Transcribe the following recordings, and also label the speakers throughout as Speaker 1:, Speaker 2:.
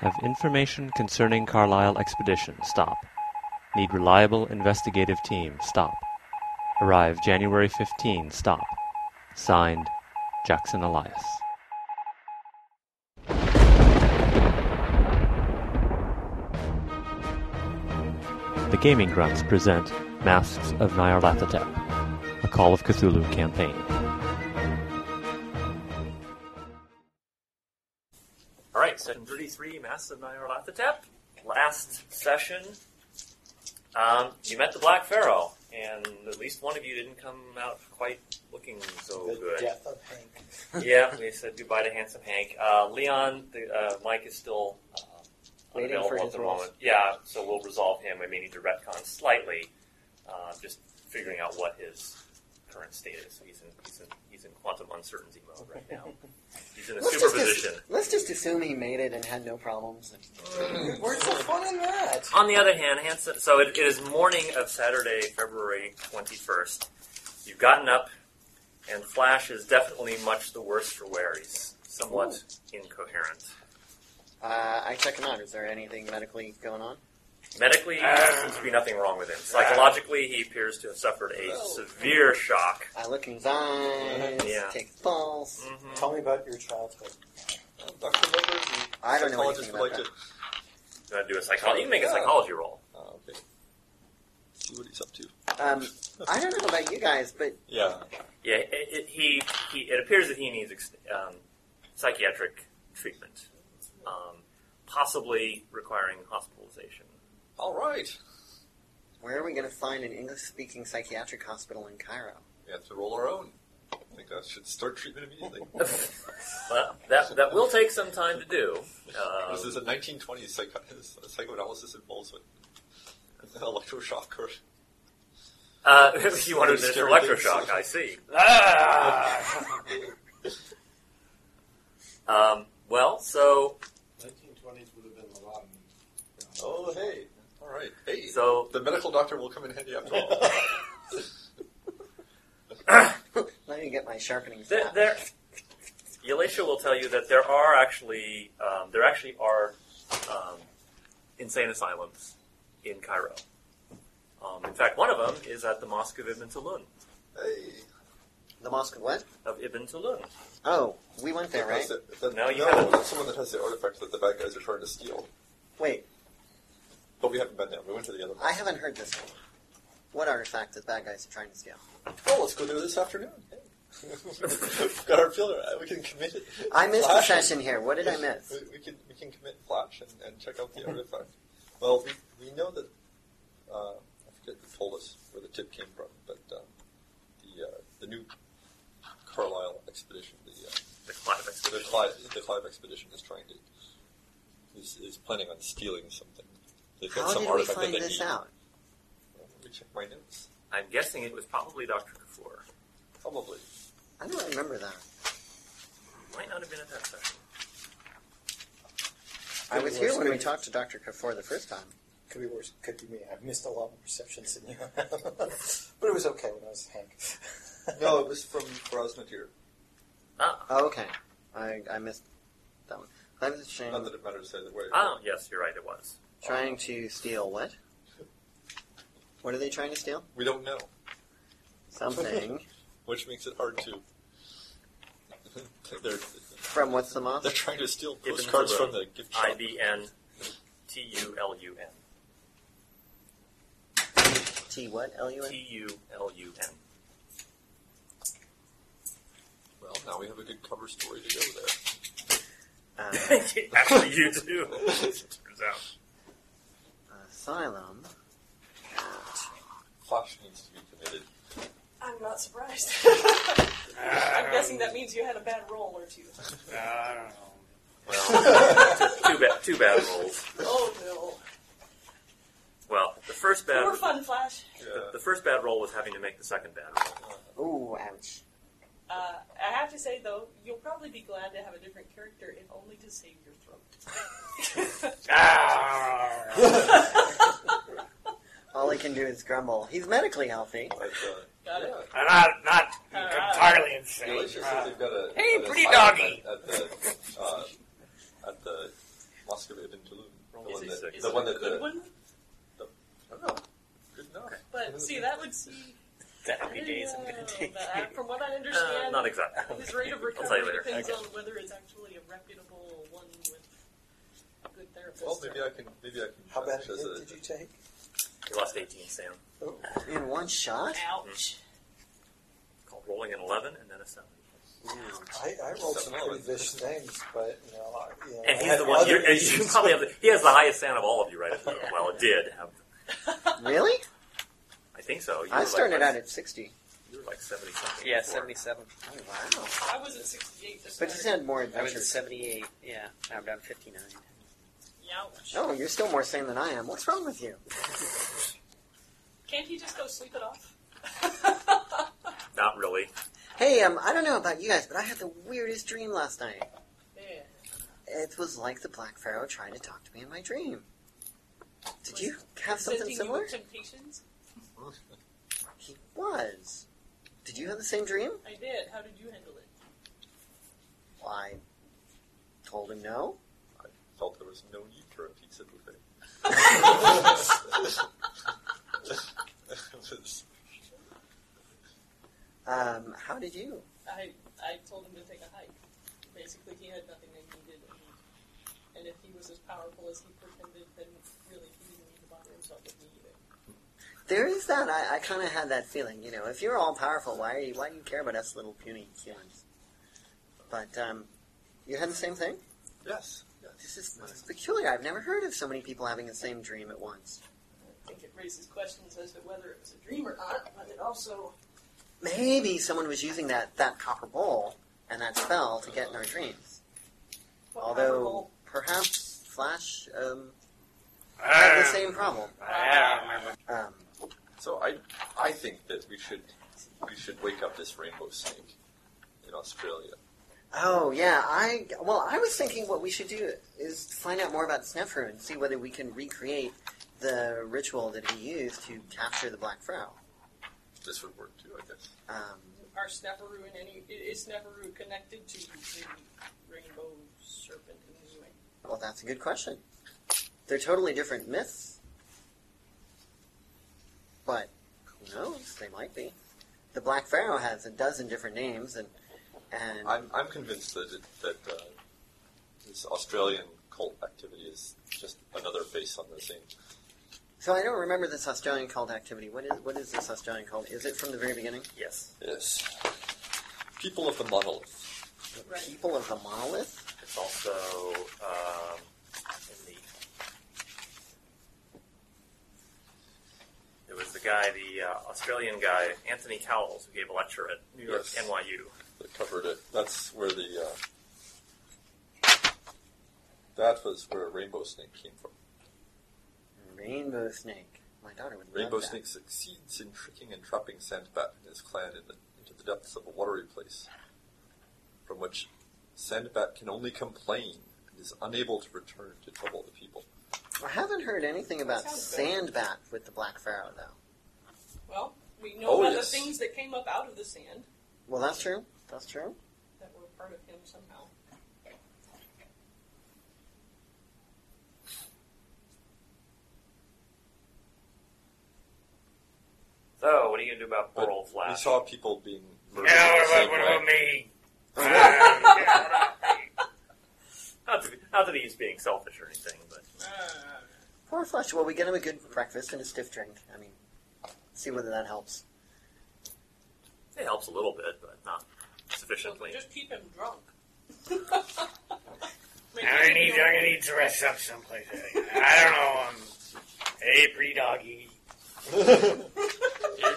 Speaker 1: Have information concerning Carlisle expedition. Stop. Need reliable investigative team. Stop. Arrive January 15. Stop. Signed, Jackson Elias. The Gaming Grunts present Masks of Nyarlathotep, a Call of Cthulhu campaign. All right, session 33, Masks of Nyarlathotep. Last session, um, you met the Black Pharaoh, and at least one of you didn't come out quite looking so
Speaker 2: The
Speaker 1: good.
Speaker 2: death of Hank.
Speaker 1: yeah, we said goodbye to handsome Hank. Uh, Leon, the, uh, Mike is still uh,
Speaker 2: Waiting
Speaker 1: unavailable
Speaker 2: for
Speaker 1: at
Speaker 2: his
Speaker 1: the
Speaker 2: roles.
Speaker 1: moment. Yeah, so we'll resolve him. I may need to retcon slightly, uh, just figuring out what his current state is. He's in he's in, he's in quantum uncertainty mode right now. He's in a
Speaker 2: Let's
Speaker 1: super
Speaker 2: just,
Speaker 1: position.
Speaker 2: let's just assume he made it and had no problems.
Speaker 3: Where's the Mm. fun in that?
Speaker 1: On the other hand, Hanson, so it, it is morning of Saturday, February 21st. You've gotten up, and Flash is definitely much the worse for wear. He's somewhat incoherent.
Speaker 2: Uh, I check him out. Is there anything medically going on?
Speaker 1: Medically, there seems to be nothing wrong with him. Psychologically, he appears to have suffered a severe shock.
Speaker 2: I look in his eyes,
Speaker 1: Yeah.
Speaker 2: take his pulse.
Speaker 1: Mhm.
Speaker 3: Tell me about your childhood. Dr. Lubbers and
Speaker 2: I don't know anything
Speaker 3: psychologists would
Speaker 2: about
Speaker 3: like
Speaker 2: that.
Speaker 3: to
Speaker 1: You wanna do a psychology? You can make a
Speaker 3: Yeah.
Speaker 1: psychology roll.
Speaker 3: oh, okay. see what he's up to.
Speaker 2: Um, I don't know about you guys, but
Speaker 3: Yeah.
Speaker 1: Yeah, it, it, he, he. It appears that he needs ex- um, psychiatric treatment, um, possibly requiring hospitalization.
Speaker 3: All right.
Speaker 2: where are we going to find an English-speaking psychiatric hospital in Cairo?
Speaker 3: We have to roll our own. I think I should start treatment immediately.
Speaker 1: Well, that that will take some time to do. Um,
Speaker 3: this is a 1920s psycho- psychoanalysis involves an electroshock curve.
Speaker 1: uh, if you want to administer
Speaker 3: Scary
Speaker 1: electroshock,
Speaker 3: things.
Speaker 1: I see.
Speaker 4: Ah!
Speaker 1: Um, well, so
Speaker 4: 1920s would have been a lot.
Speaker 3: Oh, hey. All right. Hey.
Speaker 1: so
Speaker 3: the medical doctor will come in handy after all.
Speaker 2: Let me get my sharpening
Speaker 1: There,
Speaker 2: staff.
Speaker 1: there, Yalisha will tell you that there are actually um, there actually are um, insane asylums in Cairo. Um, in fact, one of them is at the Mosque of Ibn Tulun.
Speaker 3: hey.
Speaker 2: The mosque of what?
Speaker 1: Of Ibn Tulun.
Speaker 2: Oh, we went there, right?
Speaker 3: That's it. That-
Speaker 1: No, you
Speaker 3: no
Speaker 1: haven't.
Speaker 3: that's someone that has the artifact that the bad guys are trying to steal.
Speaker 2: Wait,
Speaker 3: But we haven't been there. We went to the other one.
Speaker 2: I haven't heard this one. What artifact that bad guys are trying to steal?
Speaker 3: Oh, let's go there this afternoon. Got our pillar. We can commit it.
Speaker 2: I missed a
Speaker 3: Flash.
Speaker 2: session here. What did I miss?
Speaker 3: We, we can we can commit flash and, and check out the artifact. Well, we, we know that uh, I forget who told us where the tip came from, but um, the uh, the new Carlisle expedition, the uh,
Speaker 1: The Clive
Speaker 3: the
Speaker 1: expedition.
Speaker 3: Clive, the Clive expedition is trying to is, is planning on stealing something. They've got
Speaker 2: How
Speaker 3: some
Speaker 2: did we
Speaker 3: artifact
Speaker 2: find
Speaker 3: that they
Speaker 2: this
Speaker 3: need.
Speaker 2: out?
Speaker 3: Let me check my notes.
Speaker 1: I'm guessing it was probably Dr. Kafour.
Speaker 3: Probably.
Speaker 2: I don't remember that.
Speaker 1: Might not have been at that session.
Speaker 2: I was here when we
Speaker 4: talked.
Speaker 2: talked to Dr. Kafour the first time.
Speaker 4: Could be worse. Could be me. I've missed a lot of receptions in you. but it was okay when I was Hank.
Speaker 3: No, it was from Brosnatir.
Speaker 1: Ah,
Speaker 2: Oh, okay. I, I missed that one. I'm
Speaker 3: Not
Speaker 2: trying,
Speaker 3: that it matters either way.
Speaker 5: Oh.
Speaker 1: ah, yes, you're right, it was.
Speaker 2: trying to steal what? What are they trying to steal?
Speaker 3: We don't know,
Speaker 2: Something
Speaker 3: which makes it hard to. they're,
Speaker 2: from what's the
Speaker 3: they're
Speaker 2: mosque?
Speaker 3: trying to steal
Speaker 1: Give them
Speaker 3: postcards
Speaker 1: the-
Speaker 3: from the gift shop.
Speaker 1: I B N T U L U N.
Speaker 2: T what? L U N?
Speaker 1: T U L U N.
Speaker 3: Well, now we have a good cover story to go there.
Speaker 2: Uh,
Speaker 1: Actually, you do. Turns out.
Speaker 2: Asylum.
Speaker 3: Flash needs to be committed.
Speaker 6: I'm not surprised. I'm guessing that means you had a bad roll or two.
Speaker 4: I don't know.
Speaker 1: Well, two, bad, two bad rolls.
Speaker 6: Oh no.
Speaker 1: Well, the first bad
Speaker 6: More fun, Flash.
Speaker 1: the, the first bad roll was having to make the second bad roll.
Speaker 2: Ooh, ouch.
Speaker 6: Uh, I have to say though, you'll probably be glad to have a different character, if only to save your throat.
Speaker 2: All he can do is grumble. He's medically healthy.
Speaker 3: But, uh,
Speaker 6: Got it.
Speaker 4: I'm not, not
Speaker 6: Ah.
Speaker 4: entirely
Speaker 3: yeah.
Speaker 4: insane.
Speaker 3: Delicious that they've got a,
Speaker 4: Hey,
Speaker 3: an
Speaker 4: pretty
Speaker 3: asylum
Speaker 4: doggy.
Speaker 3: At, at the, uh, at the Mosque Moscovite in Tulum.
Speaker 5: Roll
Speaker 3: The
Speaker 6: Is
Speaker 3: one
Speaker 6: it-
Speaker 5: a
Speaker 3: that,
Speaker 5: D6.
Speaker 6: is
Speaker 3: the
Speaker 6: it
Speaker 3: one
Speaker 6: a
Speaker 3: that
Speaker 6: good
Speaker 3: the,
Speaker 6: one?
Speaker 3: I don't know. Good enough.
Speaker 6: But see, that would see.
Speaker 2: The
Speaker 6: I
Speaker 2: happy
Speaker 6: don't
Speaker 2: days I'm
Speaker 6: know,
Speaker 2: going to take.
Speaker 6: but I- from what I
Speaker 5: Uh,
Speaker 6: understand,
Speaker 5: not exactly.
Speaker 6: his rate of
Speaker 5: I'll tell you
Speaker 6: recovery
Speaker 5: later.
Speaker 6: depends
Speaker 5: Okay.
Speaker 6: on whether it's actually a reputable one with a good therapist.
Speaker 3: Well, maybe I can. Maybe I can.
Speaker 4: How bad
Speaker 3: as a,
Speaker 4: did, did you take?
Speaker 5: You lost 18, Sam.
Speaker 4: Oh,
Speaker 2: In one shot?
Speaker 5: Mm.
Speaker 6: Ouch.
Speaker 5: Called rolling an 11 and then a 7.
Speaker 4: I, I rolled some pretty vicious names, but you know, I- you know,
Speaker 5: And
Speaker 4: Oh, I
Speaker 5: he's
Speaker 4: had
Speaker 5: the one.
Speaker 4: other
Speaker 5: You're, and you
Speaker 4: issues.
Speaker 5: probably have. The, he has the highest sound of all of you, right? Well, it did. Have,
Speaker 2: Really?
Speaker 5: I think so. You
Speaker 2: I
Speaker 5: were
Speaker 2: started
Speaker 5: like,
Speaker 2: out at 60.
Speaker 5: You were like 70 something.
Speaker 7: Yeah,
Speaker 5: before.
Speaker 7: seventy-seven.
Speaker 2: Oh, wow.
Speaker 6: I was at 68 this
Speaker 2: But you
Speaker 6: Saturday.
Speaker 2: had more
Speaker 7: I was at
Speaker 2: adventures.
Speaker 7: seventy-eight. Yeah, now I'm down to fifty-nine.
Speaker 6: Youch.
Speaker 2: Oh, you're still more sane than I am. What's wrong with you?
Speaker 6: Can't he just go sleep it off?
Speaker 5: Not really.
Speaker 2: Hey, um, I don't know about you guys, but I had the weirdest dream last night.
Speaker 6: yeah.
Speaker 2: It was like the Black Pharaoh trying to talk to me in my dream. Did
Speaker 6: Was
Speaker 2: you have something
Speaker 6: Presenting you
Speaker 2: similar?
Speaker 6: with temptations?
Speaker 2: He was. Did you have the same dream?
Speaker 6: I did. How did you handle it?
Speaker 2: Well, I told him no.
Speaker 3: I felt there was no need for a pizza buffet. It was-
Speaker 2: Um, how did you?
Speaker 6: I I told him to take a hike. Basically, he had nothing that he needed, and, and if he was as powerful as he pretended, then really he didn't need to bother himself with me either.
Speaker 2: There is that. I, I kind of had that feeling. You know, if you're all powerful, why are you, why do you care about us little puny humans? But um, you had the same thing.
Speaker 3: yes, yes.
Speaker 2: This is, this is peculiar. I've never heard of so many people having the same dream at once.
Speaker 6: I think it raises questions as to whether it was a dream or not, but it also
Speaker 2: Maybe someone was using that, that copper bowl and that spell to get in our dreams.
Speaker 6: well,
Speaker 2: Although perhaps Flash um, had the same problem. Um,
Speaker 3: So I, I think that we should, we should wake up this rainbow snake in Australia.
Speaker 2: oh yeah, I well I was thinking what we should do is find out more about Snefru and see whether we can recreate the ritual that he used to capture the Black Pharaoh.
Speaker 3: This would work too, I guess.
Speaker 2: Um,
Speaker 6: are Snapperoo in any i- is Snapperoo connected to the rainbow serpent in any way?
Speaker 2: well, that's a good question. They're totally different myths, but who knows? They might be. The Black Pharaoh has a dozen different names, and and
Speaker 3: I'm, I'm convinced that it, that uh, this Australian cult activity is just another face on the same.
Speaker 2: So I don't remember this Australian cult activity. What is what is this Australian cult? Is it from the very beginning?
Speaker 5: Yes.
Speaker 3: Yes, people of the monolith.
Speaker 2: The
Speaker 6: Right.
Speaker 2: people of the monolith?
Speaker 5: It's also um, in the. There was the guy, the uh, Australian guy, Anthony Cowles, who gave a lecture at New York
Speaker 3: Yes.
Speaker 5: NYU.
Speaker 3: that covered it. That's where the uh, that was where Rainbow Snake came from.
Speaker 2: Rainbow snake. My daughter would
Speaker 3: Rainbow
Speaker 2: love that.
Speaker 3: Snake succeeds in tricking and trapping Sandbat and his clan in the, into the depths of a watery place, from which Sandbat can only complain and is unable to return to trouble the people.
Speaker 2: I haven't heard anything about
Speaker 6: Sounds good.
Speaker 2: Sandbat with the Black Pharaoh though.
Speaker 6: Well, we know
Speaker 3: Oh,
Speaker 6: about
Speaker 3: yes.
Speaker 6: the things that came up out of the sand
Speaker 2: Well, that's true. That's true.
Speaker 6: that were part of him somehow.
Speaker 5: So, what are you going to do about
Speaker 3: But
Speaker 5: poor old
Speaker 3: We
Speaker 5: Flash?
Speaker 3: saw people being murdered.
Speaker 7: Now,
Speaker 3: the same way.
Speaker 7: me?
Speaker 5: Not that, not that he's being selfish or anything, but
Speaker 6: Uh,
Speaker 2: Poor Flush. Well, we get him a good breakfast and a stiff drink. I mean, see whether that helps.
Speaker 5: it helps a little bit, but not
Speaker 6: so
Speaker 5: sufficiently.
Speaker 6: just keep him drunk. Make
Speaker 7: I'm gonna
Speaker 6: him
Speaker 7: need,
Speaker 6: feel-
Speaker 7: I'm gonna need to rest up someplace. I don't know. I'm, hey, pretty doggy.
Speaker 5: Kitty,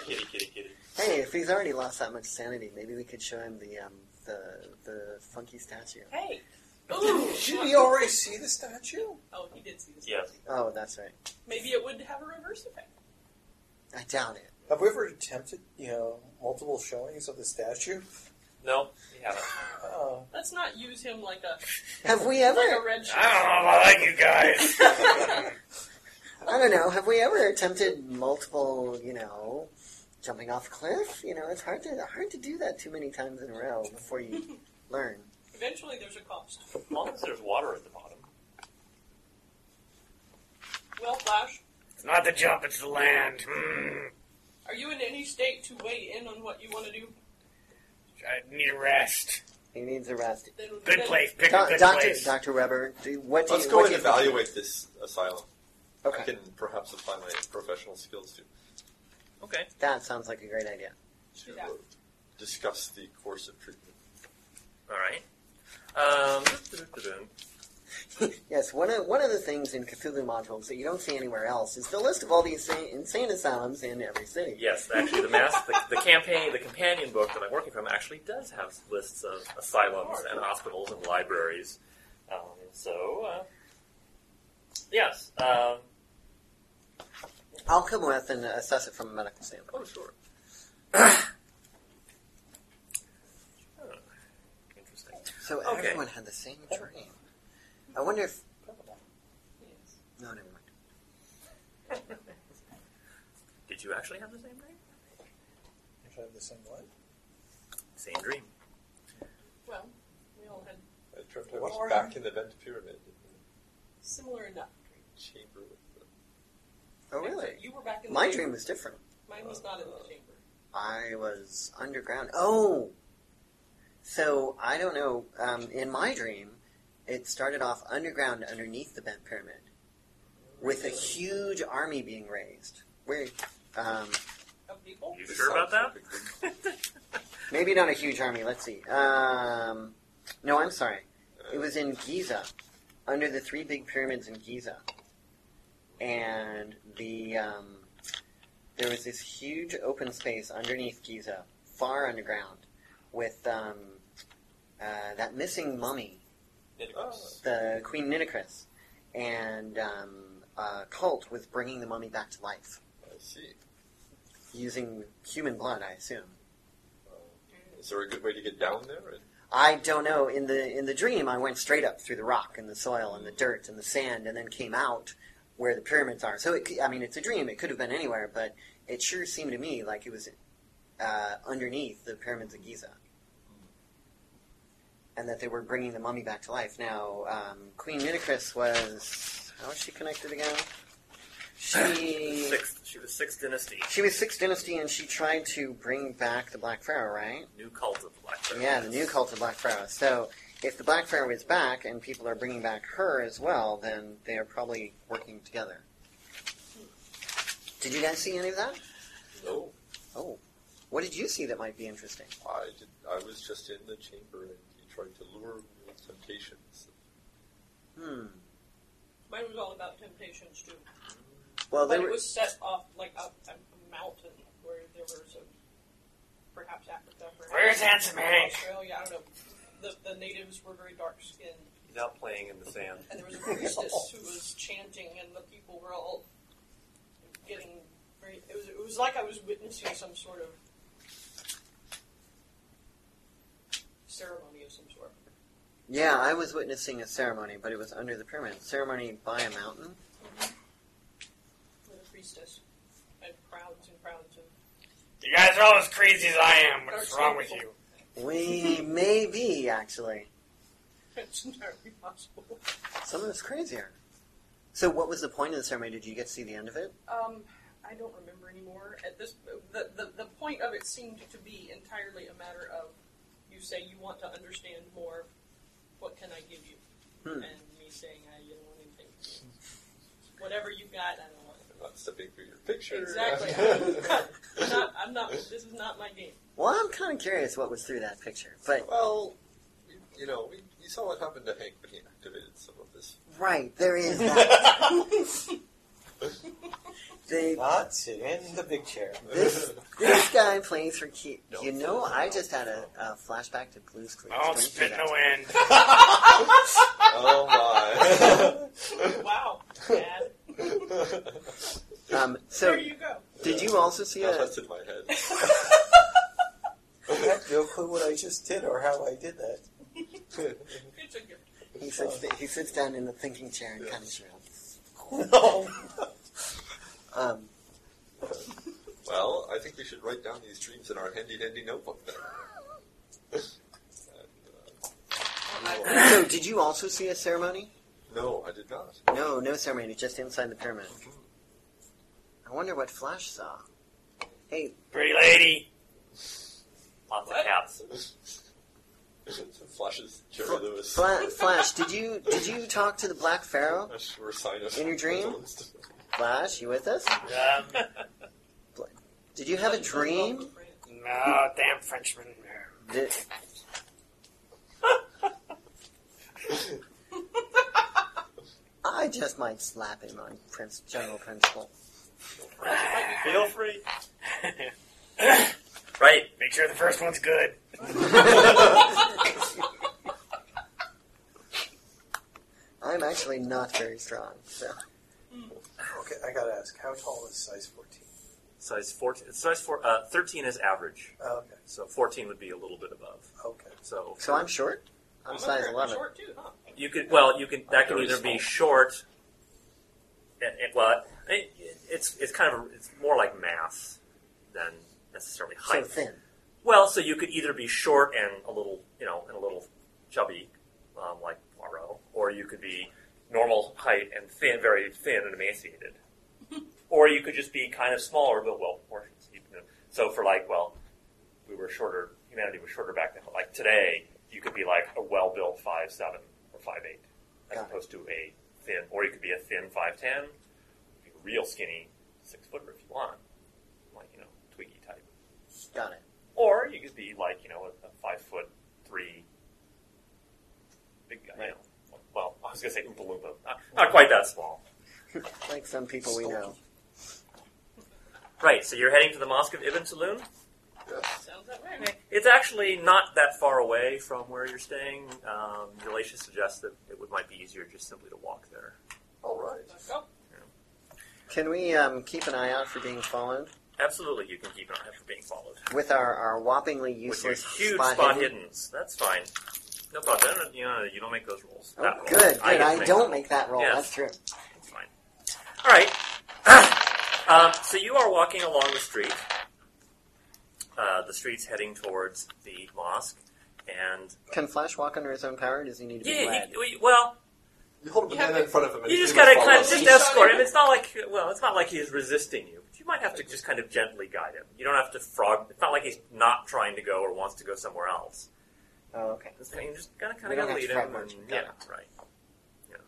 Speaker 5: kitty, kitty, kitty.
Speaker 2: Hey, if he's already lost that much sanity, maybe we could show him the um, the the funky statue.
Speaker 6: Hey.
Speaker 4: Did we already see the statue?
Speaker 6: Oh, he did see this.
Speaker 5: Yes.
Speaker 2: Oh, that's right.
Speaker 6: Maybe it would have a reverse effect.
Speaker 2: I doubt it.
Speaker 4: Have we ever attempted, you know, multiple showings of the statue?
Speaker 5: No, he haven't.
Speaker 4: Uh,
Speaker 6: Let's not use him like a
Speaker 2: Have we ever?
Speaker 6: like a red shirt.
Speaker 7: I don't know if I like you guys.
Speaker 2: I don't know. Have we ever attempted multiple, you know, jumping off a cliff? You know, it's hard to hard to do that too many times in a row before you learn.
Speaker 6: Eventually, there's a cost.
Speaker 5: As long as there's water at the bottom.
Speaker 6: Flash,
Speaker 7: It's not the jump, it's the land. Hmm.
Speaker 6: are you in any state to weigh in on what you want to do?
Speaker 7: I need a rest.
Speaker 2: He needs a rest.
Speaker 6: Then,
Speaker 7: Good
Speaker 6: then-
Speaker 7: place. Pick a
Speaker 2: Do-
Speaker 7: good
Speaker 2: Doctor,
Speaker 7: place.
Speaker 2: Doctor Weber, do, what do
Speaker 3: Let's
Speaker 2: you?
Speaker 3: go
Speaker 2: what
Speaker 3: and
Speaker 2: do you think?
Speaker 3: evaluate this asylum. I
Speaker 2: Okay,
Speaker 3: can perhaps apply my professional skills to
Speaker 5: Okay.
Speaker 2: that sounds like a great idea.
Speaker 3: to
Speaker 6: Yeah.
Speaker 3: discuss the course of treatment.
Speaker 5: All right. Um,
Speaker 2: Yes, one of one of the things in Cthulhu modules that you don't see anywhere else is the list of all the insane, insane asylums in every city.
Speaker 5: yes, actually, the mass, the, the campaign, the companion book that I'm working from actually does have lists of asylums and hospitals and libraries. Um, so, uh, yes. Um,
Speaker 2: I'll come with and assess it from a medical standpoint.
Speaker 5: oh, sure. Huh. Interesting.
Speaker 2: So
Speaker 5: Okay.
Speaker 2: everyone had the same dream. I wonder if
Speaker 6: Yes.
Speaker 2: no, never mind.
Speaker 5: Did you actually have the same dream?
Speaker 4: If I have the same one.
Speaker 5: Same dream.
Speaker 6: Well, we all had
Speaker 3: I dreamt I
Speaker 6: Or-
Speaker 3: was back in the Vent Pyramid in
Speaker 6: similar enough dreams.
Speaker 3: the chamber with the
Speaker 2: Oh, really?
Speaker 6: You were back in the
Speaker 2: My
Speaker 6: chamber.
Speaker 2: dream was different.
Speaker 6: Mine was not in the chamber.
Speaker 2: I was underground. Oh, so I don't know. Um, in my dream, it started off underground underneath the bent pyramid, with a huge army being raised. Where, um,
Speaker 6: Of people?
Speaker 5: You sure about that?
Speaker 2: maybe not a huge army. Let's see. Um, no, I'm sorry. It was in Giza, under the three big pyramids in Giza, and the um, there was this huge open space underneath Giza, far underground, with um, uh, that missing mummy,
Speaker 3: Oh.
Speaker 2: the Queen Nitocris, and um, a cult was bringing the mummy back to life
Speaker 3: I see.
Speaker 2: using human blood, I assume.
Speaker 3: Um, Is there a good way to get down there? And
Speaker 2: I don't know. In the in the dream, I went straight up through the rock and the soil and the dirt and the sand, and then came out where the pyramids are. So it, c- I mean, it's a dream. It could have been anywhere, but it sure seemed to me like it was uh, underneath the pyramids of Giza, and that they were bringing the mummy back to life. Now, um, Queen Nitocris was how was she connected again? She
Speaker 5: Sixth. She was sixth dynasty.
Speaker 2: she was Sixth Dynasty, and she tried to bring back the Black Pharaoh, right?
Speaker 5: New cult of black. Pharaoh.
Speaker 2: Yeah, the new cult of Black Pharaoh. So if the Black Pharaoh is back and people are bringing back her as well, then they are probably working together. Did you guys see any of that?
Speaker 3: no,
Speaker 2: Oh, what did you see that might be interesting?
Speaker 3: I did. I was just in the chamber, and he tried to lure me with temptations.
Speaker 2: Hmm.
Speaker 6: Mine was all about temptations, too.
Speaker 2: Well,
Speaker 6: but
Speaker 2: there
Speaker 6: it
Speaker 2: were,
Speaker 6: was set off like up a mountain where there was a, perhaps Africa. Perhaps
Speaker 7: Where's Handsome Hank?
Speaker 6: Australia, I don't know. The, the natives were very dark skinned,
Speaker 5: He's out playing in the sand.
Speaker 6: and there was a priestess who was chanting, and the people were all getting very. It was, it was like I was witnessing some sort of ceremony of some sort.
Speaker 2: yeah, I was witnessing a ceremony, but it was under the pyramid. Ceremony by a mountain.
Speaker 6: with a priestess and crowds and crowds of.
Speaker 7: You guys are all as crazy as I am. What's wrong with you?
Speaker 2: We may be actually.
Speaker 6: It's entirely possible.
Speaker 2: Some of it's crazier. So, what was the point of the ceremony? Did you get to see the end of it?
Speaker 6: Um, I don't remember anymore. At this, the, the the point of it seemed to be entirely a matter of you say you want to understand more. What can I give you?
Speaker 2: Hmm.
Speaker 6: And me saying I don't want anything. Whatever you got, I don't want.
Speaker 3: I'm not stepping through your picture.
Speaker 6: Exactly. I'm not. I'm not. This is not my game.
Speaker 2: Well, I'm kind of curious what was through that picture, but
Speaker 3: well, you, you know, we, you saw what happened to Hank when he activated some of this.
Speaker 2: Right, there is that. they,
Speaker 4: Not sit in the big chair.
Speaker 2: this this guy plays for Keith.
Speaker 5: Don't
Speaker 2: You know, I just had a, a flashback to Blue's Clues.
Speaker 5: Oh,
Speaker 7: Don't
Speaker 2: Don't do
Speaker 7: spit in
Speaker 2: that.
Speaker 7: the
Speaker 3: oh
Speaker 7: wind.
Speaker 3: my!
Speaker 6: Wow. Dad,
Speaker 2: Um, so,
Speaker 6: there you go.
Speaker 2: did you also see
Speaker 3: Now
Speaker 2: a?
Speaker 3: that's in my head.
Speaker 4: I have no clue what I just did or how I did that.
Speaker 6: It's a gift.
Speaker 2: He sits he sits down in the thinking chair and kind of shrugs.
Speaker 4: No.
Speaker 2: Um,
Speaker 3: Well, I think we should write down these dreams in our handy-dandy notebook. Then.
Speaker 2: so, did you also see a ceremony?
Speaker 3: No, I did not.
Speaker 2: No, no submarine. It's just inside the pyramid. I wonder what Flash saw. Hey,
Speaker 7: Pretty lady.
Speaker 5: Lots
Speaker 6: What?
Speaker 5: of cats.
Speaker 3: Flashes Jerry Lewis.
Speaker 2: Fla- Flash, did you did you talk to the Black Pharaoh?
Speaker 3: I sure sign us.
Speaker 2: In your dream? Flash, you with us?
Speaker 7: Um,
Speaker 2: Did you have a dream?
Speaker 7: no, damn Frenchman.
Speaker 2: Did, I just might slap him on Prince General Principle.
Speaker 5: Feel free. Right.
Speaker 7: Make sure the first one's good.
Speaker 2: I'm actually not very strong, so
Speaker 4: Okay, I gotta ask, how tall is size 14?
Speaker 5: Size fourteen. Size four. Uh, Thirteen is average.
Speaker 4: Oh, okay,
Speaker 5: So fourteen would be a little bit above.
Speaker 4: okay.
Speaker 5: So
Speaker 2: so I'm short. I'm size eleven.
Speaker 6: Short too, huh?
Speaker 5: you could. Well, you can. That
Speaker 3: I'm
Speaker 5: can
Speaker 3: very
Speaker 5: either
Speaker 3: small.
Speaker 5: be short. And, and, well, it, it's it's kind of a, it's more like mass than necessarily
Speaker 2: So
Speaker 5: height.
Speaker 2: thin.
Speaker 5: Well, so you could either be short and a little, you know, and a little chubby, um, like Poirot, or you could be normal height and thin, very thin and emaciated, or you could just be kind of smaller but well proportioned. So, you know, so for like, well, we were shorter. Humanity was shorter back then. But like today, you could be like a well-built five seven or five eight, as
Speaker 2: Got it.
Speaker 5: opposed to a thin, or you could be a thin five ten, be real skinny six footer if you want, like you know, twiggy type.
Speaker 2: Got it.
Speaker 5: Or you could be like, you know, a, a five foot three big guy. You know, well, I was going to say Oompa Loompa. Not, not quite that small.
Speaker 2: Like some people we know.
Speaker 5: Right, so you're heading to the Mosque of Ibn Tulun.
Speaker 6: Sounds that way.
Speaker 5: It's actually not that far away from where you're staying. Um, Galatius suggests that it would, might be easier just simply to walk there.
Speaker 3: All right.
Speaker 6: Let's go.
Speaker 2: Can we um, keep an eye out for being followed
Speaker 5: Absolutely, you can keep an eye out for being followed.
Speaker 2: with our, our whoppingly
Speaker 5: With your
Speaker 2: useless
Speaker 5: huge
Speaker 2: spot,
Speaker 5: spot
Speaker 2: hidden?
Speaker 5: hiddens. That's fine. No problem. I don't- You, know, you don't make those rules.
Speaker 2: Oh,
Speaker 5: That rule.
Speaker 2: good, good.
Speaker 5: I, get to
Speaker 2: I,
Speaker 5: make
Speaker 2: don't
Speaker 5: that
Speaker 2: make that roll.
Speaker 5: Yes.
Speaker 2: That's true.
Speaker 5: It's fine. All right. um, so you are walking along the street. Uh, the street's heading towards the mosque, and
Speaker 2: Can Flash walk under his own power? Does he need to be
Speaker 5: yeah,
Speaker 2: led?
Speaker 5: he, we- well,
Speaker 3: You hold a
Speaker 6: You
Speaker 3: banana
Speaker 6: have
Speaker 3: in front of him. And
Speaker 5: you
Speaker 3: he
Speaker 5: just
Speaker 3: must
Speaker 5: gotta
Speaker 3: follow
Speaker 5: kind of
Speaker 3: us.
Speaker 5: just
Speaker 6: He's not
Speaker 5: escort him.
Speaker 6: even-
Speaker 5: It's not like well, it's not like he is resisting you. But you might have to just kind of gently guide him. You don't have to frog. It's not like he's not trying to go or wants to go somewhere else.
Speaker 2: Oh, okay.
Speaker 5: It's kind of, you're just gonna kind
Speaker 2: We
Speaker 5: of
Speaker 2: don't have
Speaker 5: gotta lead
Speaker 2: to frog
Speaker 5: him. And,
Speaker 2: march him.
Speaker 5: yeah,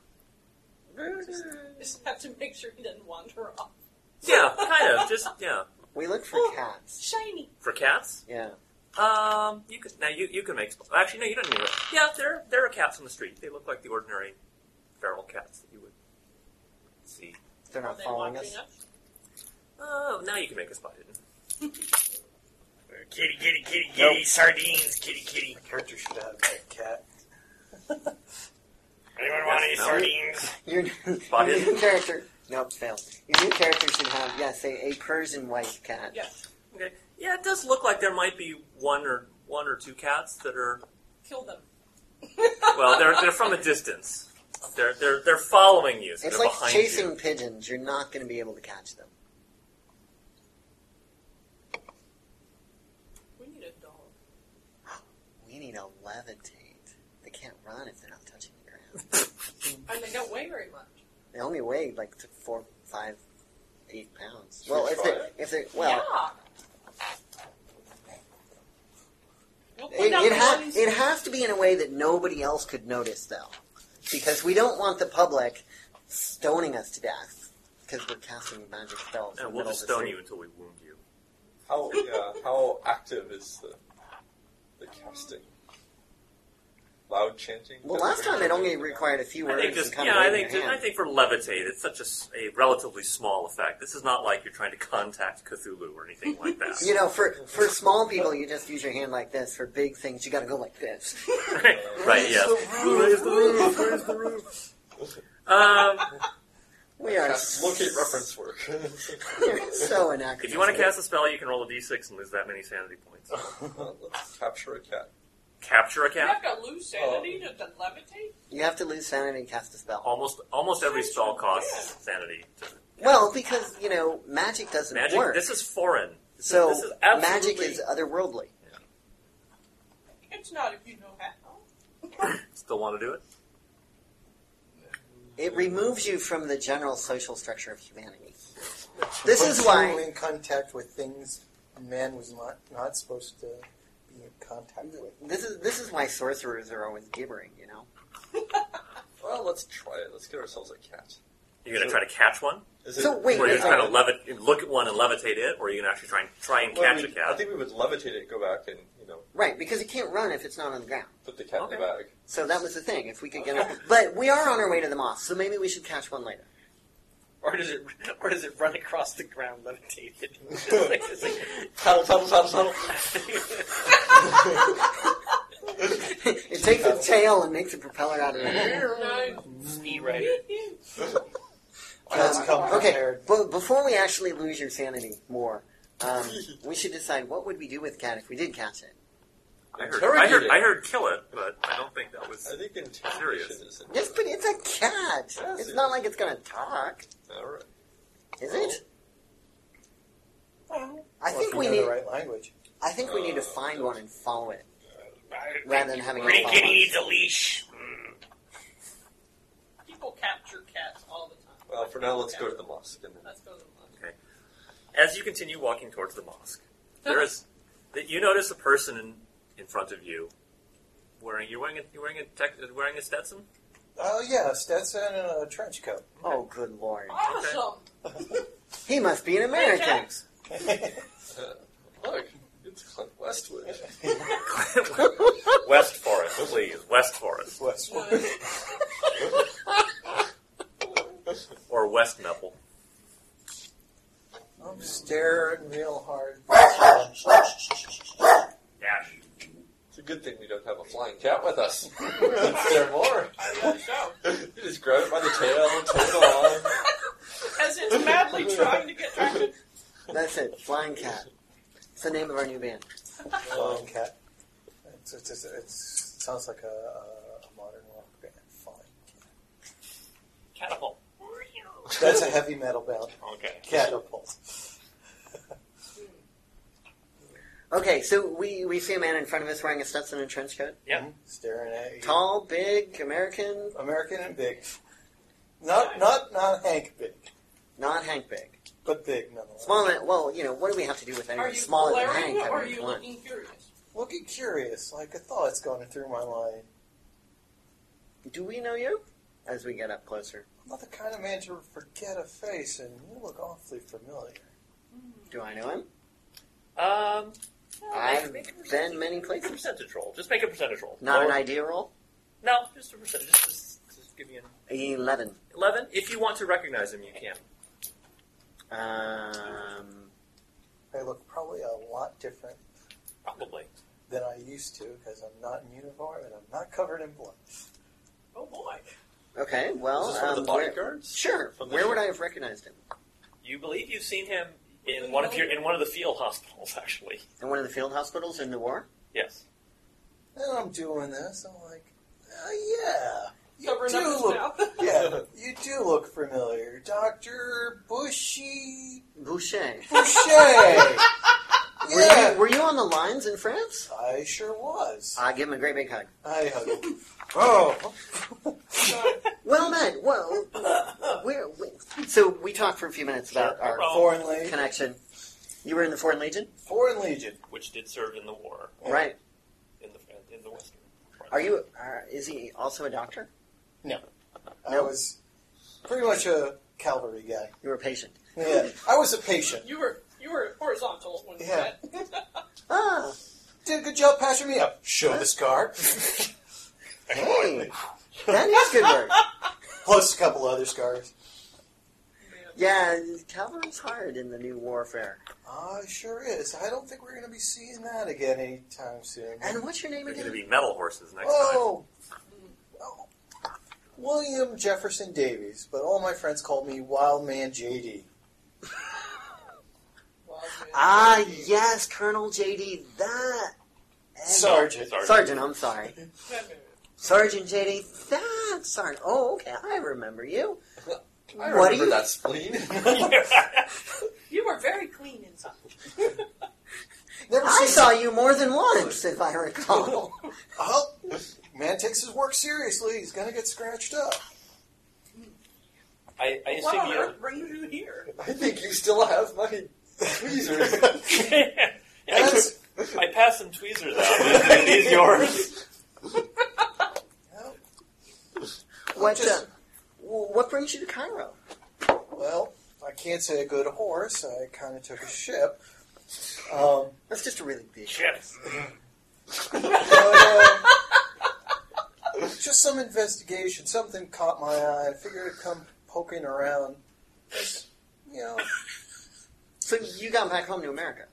Speaker 2: Got
Speaker 5: right.
Speaker 6: Just have to make sure he doesn't wander off.
Speaker 5: Yeah, kind of. Just yeah.
Speaker 2: We look
Speaker 6: Oh.
Speaker 2: for cats.
Speaker 6: Shiny.
Speaker 5: For cats,
Speaker 2: Yeah.
Speaker 5: Um, you could now you, you can make sp- actually no, you don't need to. Yeah, there there are cats on the street. They look like the ordinary feral cats that you would see.
Speaker 2: They're
Speaker 6: Are
Speaker 2: not
Speaker 6: they
Speaker 2: following
Speaker 6: wandering
Speaker 2: us.
Speaker 6: up?
Speaker 5: Oh, now you can make a spot hidden.
Speaker 7: Kitty, kitty, kitty, kitty, sardines, kitty, kitty.
Speaker 4: My character should have a cat.
Speaker 7: Anyone want any
Speaker 5: No.
Speaker 7: sardines?
Speaker 2: Your, your
Speaker 5: Spotted.
Speaker 2: new character. Nope, failed. Your new character should have, yes, a, a Persian white cat.
Speaker 6: Yes.
Speaker 5: Okay. Yeah, it does look like there might be one or one or two cats that are
Speaker 6: Kill them.
Speaker 5: well, they're they're from a distance. They're they're they're following you. So
Speaker 2: It's
Speaker 5: they're
Speaker 2: like
Speaker 5: behind
Speaker 2: chasing
Speaker 5: You.
Speaker 2: pigeons. You're not going to be able to catch them.
Speaker 6: We need a dog.
Speaker 2: We need to levitate. They can't run if they're not touching the ground.
Speaker 6: And they don't weigh very much.
Speaker 2: They only weigh like th- four, five, eight pounds.
Speaker 3: Should we
Speaker 2: Well, if
Speaker 3: try
Speaker 2: they, if they, well,
Speaker 6: yeah. We'll put
Speaker 2: It,
Speaker 6: down
Speaker 2: it,
Speaker 6: the
Speaker 2: ha-
Speaker 6: ones-
Speaker 2: it has to be in a way that nobody else could notice, though, because we don't want the public stoning us to death because we're casting magic spells. in
Speaker 5: And
Speaker 2: the
Speaker 5: we'll
Speaker 2: middle
Speaker 5: just
Speaker 2: of the
Speaker 5: stone
Speaker 2: street.
Speaker 5: you until we wound you.
Speaker 3: How yeah? How active is the the casting? Loud chanting.
Speaker 2: Well, last time it only required a few
Speaker 5: I
Speaker 2: words.
Speaker 5: think just
Speaker 2: and kind
Speaker 5: yeah,
Speaker 2: of
Speaker 5: I
Speaker 2: waving
Speaker 5: think
Speaker 2: your
Speaker 5: ju- I
Speaker 2: hand.
Speaker 5: think for levitate, it's such a, s- a relatively small effect. This is not like you're trying to contact Cthulhu or anything like that.
Speaker 2: You know, for for small people, you just use your hand like this. For big things, you got to go like this.
Speaker 5: right, right, yes.
Speaker 3: Raise the roof. Raise the roof.
Speaker 5: Um,
Speaker 2: We are
Speaker 3: Cast- Locate reference work.
Speaker 2: so anachronistic.
Speaker 5: if you want to cast a spell, you can roll a d6 and lose that many sanity points.
Speaker 3: Uh, let's capture a cat.
Speaker 5: Capture a
Speaker 6: You have
Speaker 5: cat.
Speaker 6: to lose sanity to, to levitate?
Speaker 2: you have to lose sanity and cast a spell.
Speaker 5: Almost, almost every spell costs sanity. To
Speaker 2: Well, because you know, magic doesn't
Speaker 5: magic.
Speaker 2: work.
Speaker 5: This is foreign. This
Speaker 2: so
Speaker 5: is, this is absolutely,
Speaker 2: magic is otherworldly.
Speaker 6: It's not if you know how.
Speaker 5: Still want to do it?
Speaker 2: It removes you from the general social structure of humanity. This is why-
Speaker 4: you in contact with things man was not, not supposed to be in contact with.
Speaker 2: This is this is why sorcerers are always gibbering. You know,
Speaker 3: Well, let's try it. Let's get ourselves a cat.
Speaker 5: You're gonna try to catch one,
Speaker 3: Is
Speaker 2: So wait,
Speaker 5: or you're
Speaker 2: that's
Speaker 5: just
Speaker 2: all-
Speaker 5: gonna levi- look at one and levitate it, or you're gonna actually try and try and
Speaker 3: Well, I
Speaker 5: catch a
Speaker 3: mean, I
Speaker 5: cat.
Speaker 3: think we would levitate it, go back, and you know,
Speaker 2: right? Because it can't run if it's not on the ground.
Speaker 3: put the cat in
Speaker 5: Okay.
Speaker 3: the bag.
Speaker 2: So that was the thing. If we could get, a, but we are on our way to the moss, so maybe we should catch one later.
Speaker 8: Or does it? Or does it run across the ground levitated?
Speaker 3: Paddle, paddle, paddle, paddle.
Speaker 2: it takes its tail and makes a propeller out of it. Um,
Speaker 8: Ski ready.
Speaker 4: Cats come
Speaker 2: Uh, Okay,
Speaker 4: prepared.
Speaker 2: but before we actually lose your sanity more, um, we should decide what would we do with cat if we did catch it.
Speaker 5: I heard, I heard,
Speaker 3: Interrogate it.
Speaker 5: I heard kill it, but I don't think that was.
Speaker 3: I think interrogation is it.
Speaker 2: Yes, but it's a cat.
Speaker 3: Yes,
Speaker 2: It's
Speaker 3: it
Speaker 2: not
Speaker 3: is.
Speaker 2: like it's gonna talk,
Speaker 3: All right.
Speaker 2: is it? I
Speaker 4: Well, if
Speaker 2: think
Speaker 4: you
Speaker 2: we
Speaker 4: know
Speaker 2: need.
Speaker 4: the right language.
Speaker 2: I think we need to
Speaker 3: Uh,
Speaker 2: find one and follow it rather
Speaker 8: Rather
Speaker 2: than having
Speaker 8: Pretty
Speaker 2: it follow
Speaker 8: kitty needs
Speaker 2: us.
Speaker 8: a leash.
Speaker 6: People capture cats all the time.
Speaker 3: Well, for now, let's go to the mosque. And then
Speaker 6: Let's go to the mosque.
Speaker 5: As you continue walking towards the mosque, there is that you notice a person in, in front of you wearing you're wearing a you're wearing a tech, wearing a Stetson.
Speaker 4: Oh yeah, Stetson and a trench coat.
Speaker 2: Oh, good lord!
Speaker 6: Awesome!
Speaker 2: He must be an
Speaker 6: Hey,
Speaker 2: American.
Speaker 6: Jax.
Speaker 3: look, it's Clint Westwood.
Speaker 5: West Forest, please, West Forest
Speaker 4: Westwood.
Speaker 5: or West Meppel.
Speaker 4: I'm staring real hard.
Speaker 5: Dash.
Speaker 3: It's a good thing we don't have a flying cat with us. Let's There more. You just grab it by the tail and turn it on.
Speaker 6: As it's madly trying to get traction.
Speaker 2: That's it. Flying cat. It's the name of our new band.
Speaker 4: Flying cat. It's, it's, it's, it's, it sounds like a, a, a modern rock band. Flying.
Speaker 8: Catapult.
Speaker 4: That's a heavy metal band.
Speaker 8: Okay.
Speaker 4: Catapult.
Speaker 2: Okay, so we, we see a man in front of us wearing a Stetson and trench coat.
Speaker 8: Yeah.
Speaker 4: Hmm? Staring at you.
Speaker 2: Tall, big, American,
Speaker 4: American and big. Not not not Hank big,
Speaker 2: not Hank big.
Speaker 4: but big nonetheless.
Speaker 2: Small, and- well, you know, what do we have to do with
Speaker 6: Are
Speaker 2: anyone
Speaker 6: you
Speaker 2: smaller than
Speaker 6: glaring
Speaker 2: Hank? I
Speaker 6: or are
Speaker 2: mean,
Speaker 6: you
Speaker 2: come on.
Speaker 6: looking curious?
Speaker 4: Looking curious, like a thought's going through my mind.
Speaker 2: Do we know you? As we get up closer.
Speaker 4: I'm not the kind of man to forget a face, and you look awfully familiar.
Speaker 2: Do I know him?
Speaker 5: Um,
Speaker 6: Oh,
Speaker 2: I've
Speaker 5: make a percentage-
Speaker 2: been many
Speaker 5: make a
Speaker 2: places.
Speaker 5: percentage roll. Just make a percentage roll.
Speaker 2: Not an
Speaker 5: Or-
Speaker 2: idea roll?
Speaker 5: No, just a percentage. Just, just, just give you an
Speaker 2: 11.
Speaker 5: eleven. If you want to recognize him, you can.
Speaker 2: Um,
Speaker 4: I look probably a lot different
Speaker 5: Probably.
Speaker 4: than I used to because I'm not in uniform and I'm not covered in blood.
Speaker 6: Oh boy.
Speaker 2: okay, well.
Speaker 3: Is this one of
Speaker 2: um,
Speaker 3: the
Speaker 2: where-
Speaker 3: bodyguards?
Speaker 2: Sure.
Speaker 3: From the
Speaker 2: Where
Speaker 3: ship?
Speaker 2: would I have recognized him?
Speaker 5: You believe you've seen him in one of your in one of the field hospitals, actually.
Speaker 2: In one of the field hospitals in the war?
Speaker 5: Yes.
Speaker 4: And I'm doing this. I'm like, oh, yeah, you
Speaker 6: Covering
Speaker 4: do
Speaker 6: up his
Speaker 4: look,
Speaker 6: mouth.
Speaker 4: yeah, you do look familiar, Doctor Bushy
Speaker 2: Boucher.
Speaker 4: Boucher.
Speaker 2: Were,
Speaker 4: yeah,
Speaker 2: you, were you on the lines in France?
Speaker 4: I sure was.
Speaker 2: I give him a great big hug.
Speaker 4: I hug him. Oh,
Speaker 2: Well met. Well, where, where- so we talked for a few minutes about our
Speaker 4: foreign legion.
Speaker 2: connection. You were in the Foreign Legion,
Speaker 4: Foreign legion.
Speaker 5: Which did serve in the war
Speaker 4: Yeah.
Speaker 2: right?
Speaker 5: in the in the western. front.
Speaker 2: Are you? Are, is he also a doctor?
Speaker 4: I was pretty much a cavalry guy.
Speaker 2: You were a patient.
Speaker 4: Yeah, I was a patient.
Speaker 6: You were you were horizontal when you
Speaker 4: Yeah.
Speaker 6: said.
Speaker 2: Ah,
Speaker 4: Did a good job patching me up. Show the scar.
Speaker 2: hey, that is good work.
Speaker 4: Plus a couple other scars.
Speaker 2: Yeah, cavalry's hard in the new warfare.
Speaker 4: Ah, it sure is. I don't think we're going to be seeing that again anytime soon.
Speaker 2: And what's your name
Speaker 5: They're going to
Speaker 2: again?
Speaker 5: be metal horses next time.
Speaker 4: Whoa! Oh. William Jefferson Davies, but all my friends call me Wild Man JD.
Speaker 6: Wild man.
Speaker 2: Ah, yes, Colonel JD. That
Speaker 4: Sergeant.
Speaker 5: Sergeant.
Speaker 2: Sergeant. I'm sorry,
Speaker 6: That man.
Speaker 2: Sergeant JD. That Sergeant. Oh, okay, I remember you.
Speaker 3: I
Speaker 2: what
Speaker 3: remember
Speaker 2: do you
Speaker 3: that spleen.
Speaker 6: You were very clean inside.
Speaker 4: Never
Speaker 2: I
Speaker 4: seen
Speaker 2: saw you more than once, if I recall.
Speaker 4: Oh, man takes his work seriously. He's going to get scratched up.
Speaker 8: I, I
Speaker 6: What
Speaker 8: assume
Speaker 6: on
Speaker 8: you.
Speaker 6: earth brings you here?
Speaker 3: I think you still have my tweezers.
Speaker 8: I,
Speaker 4: Yes.
Speaker 8: took- I passed some tweezers out. Are these yours?
Speaker 2: What,
Speaker 4: Just-
Speaker 2: uh, w- what brings you to Cairo?
Speaker 4: Well, I can't say a good horse. I kind of took a ship. Um,
Speaker 2: That's just a really big.
Speaker 7: Chips.
Speaker 4: but, uh, just some investigation. Something caught my eye. I figured I'd come poking around. Just, You know,
Speaker 2: So you got back home to America.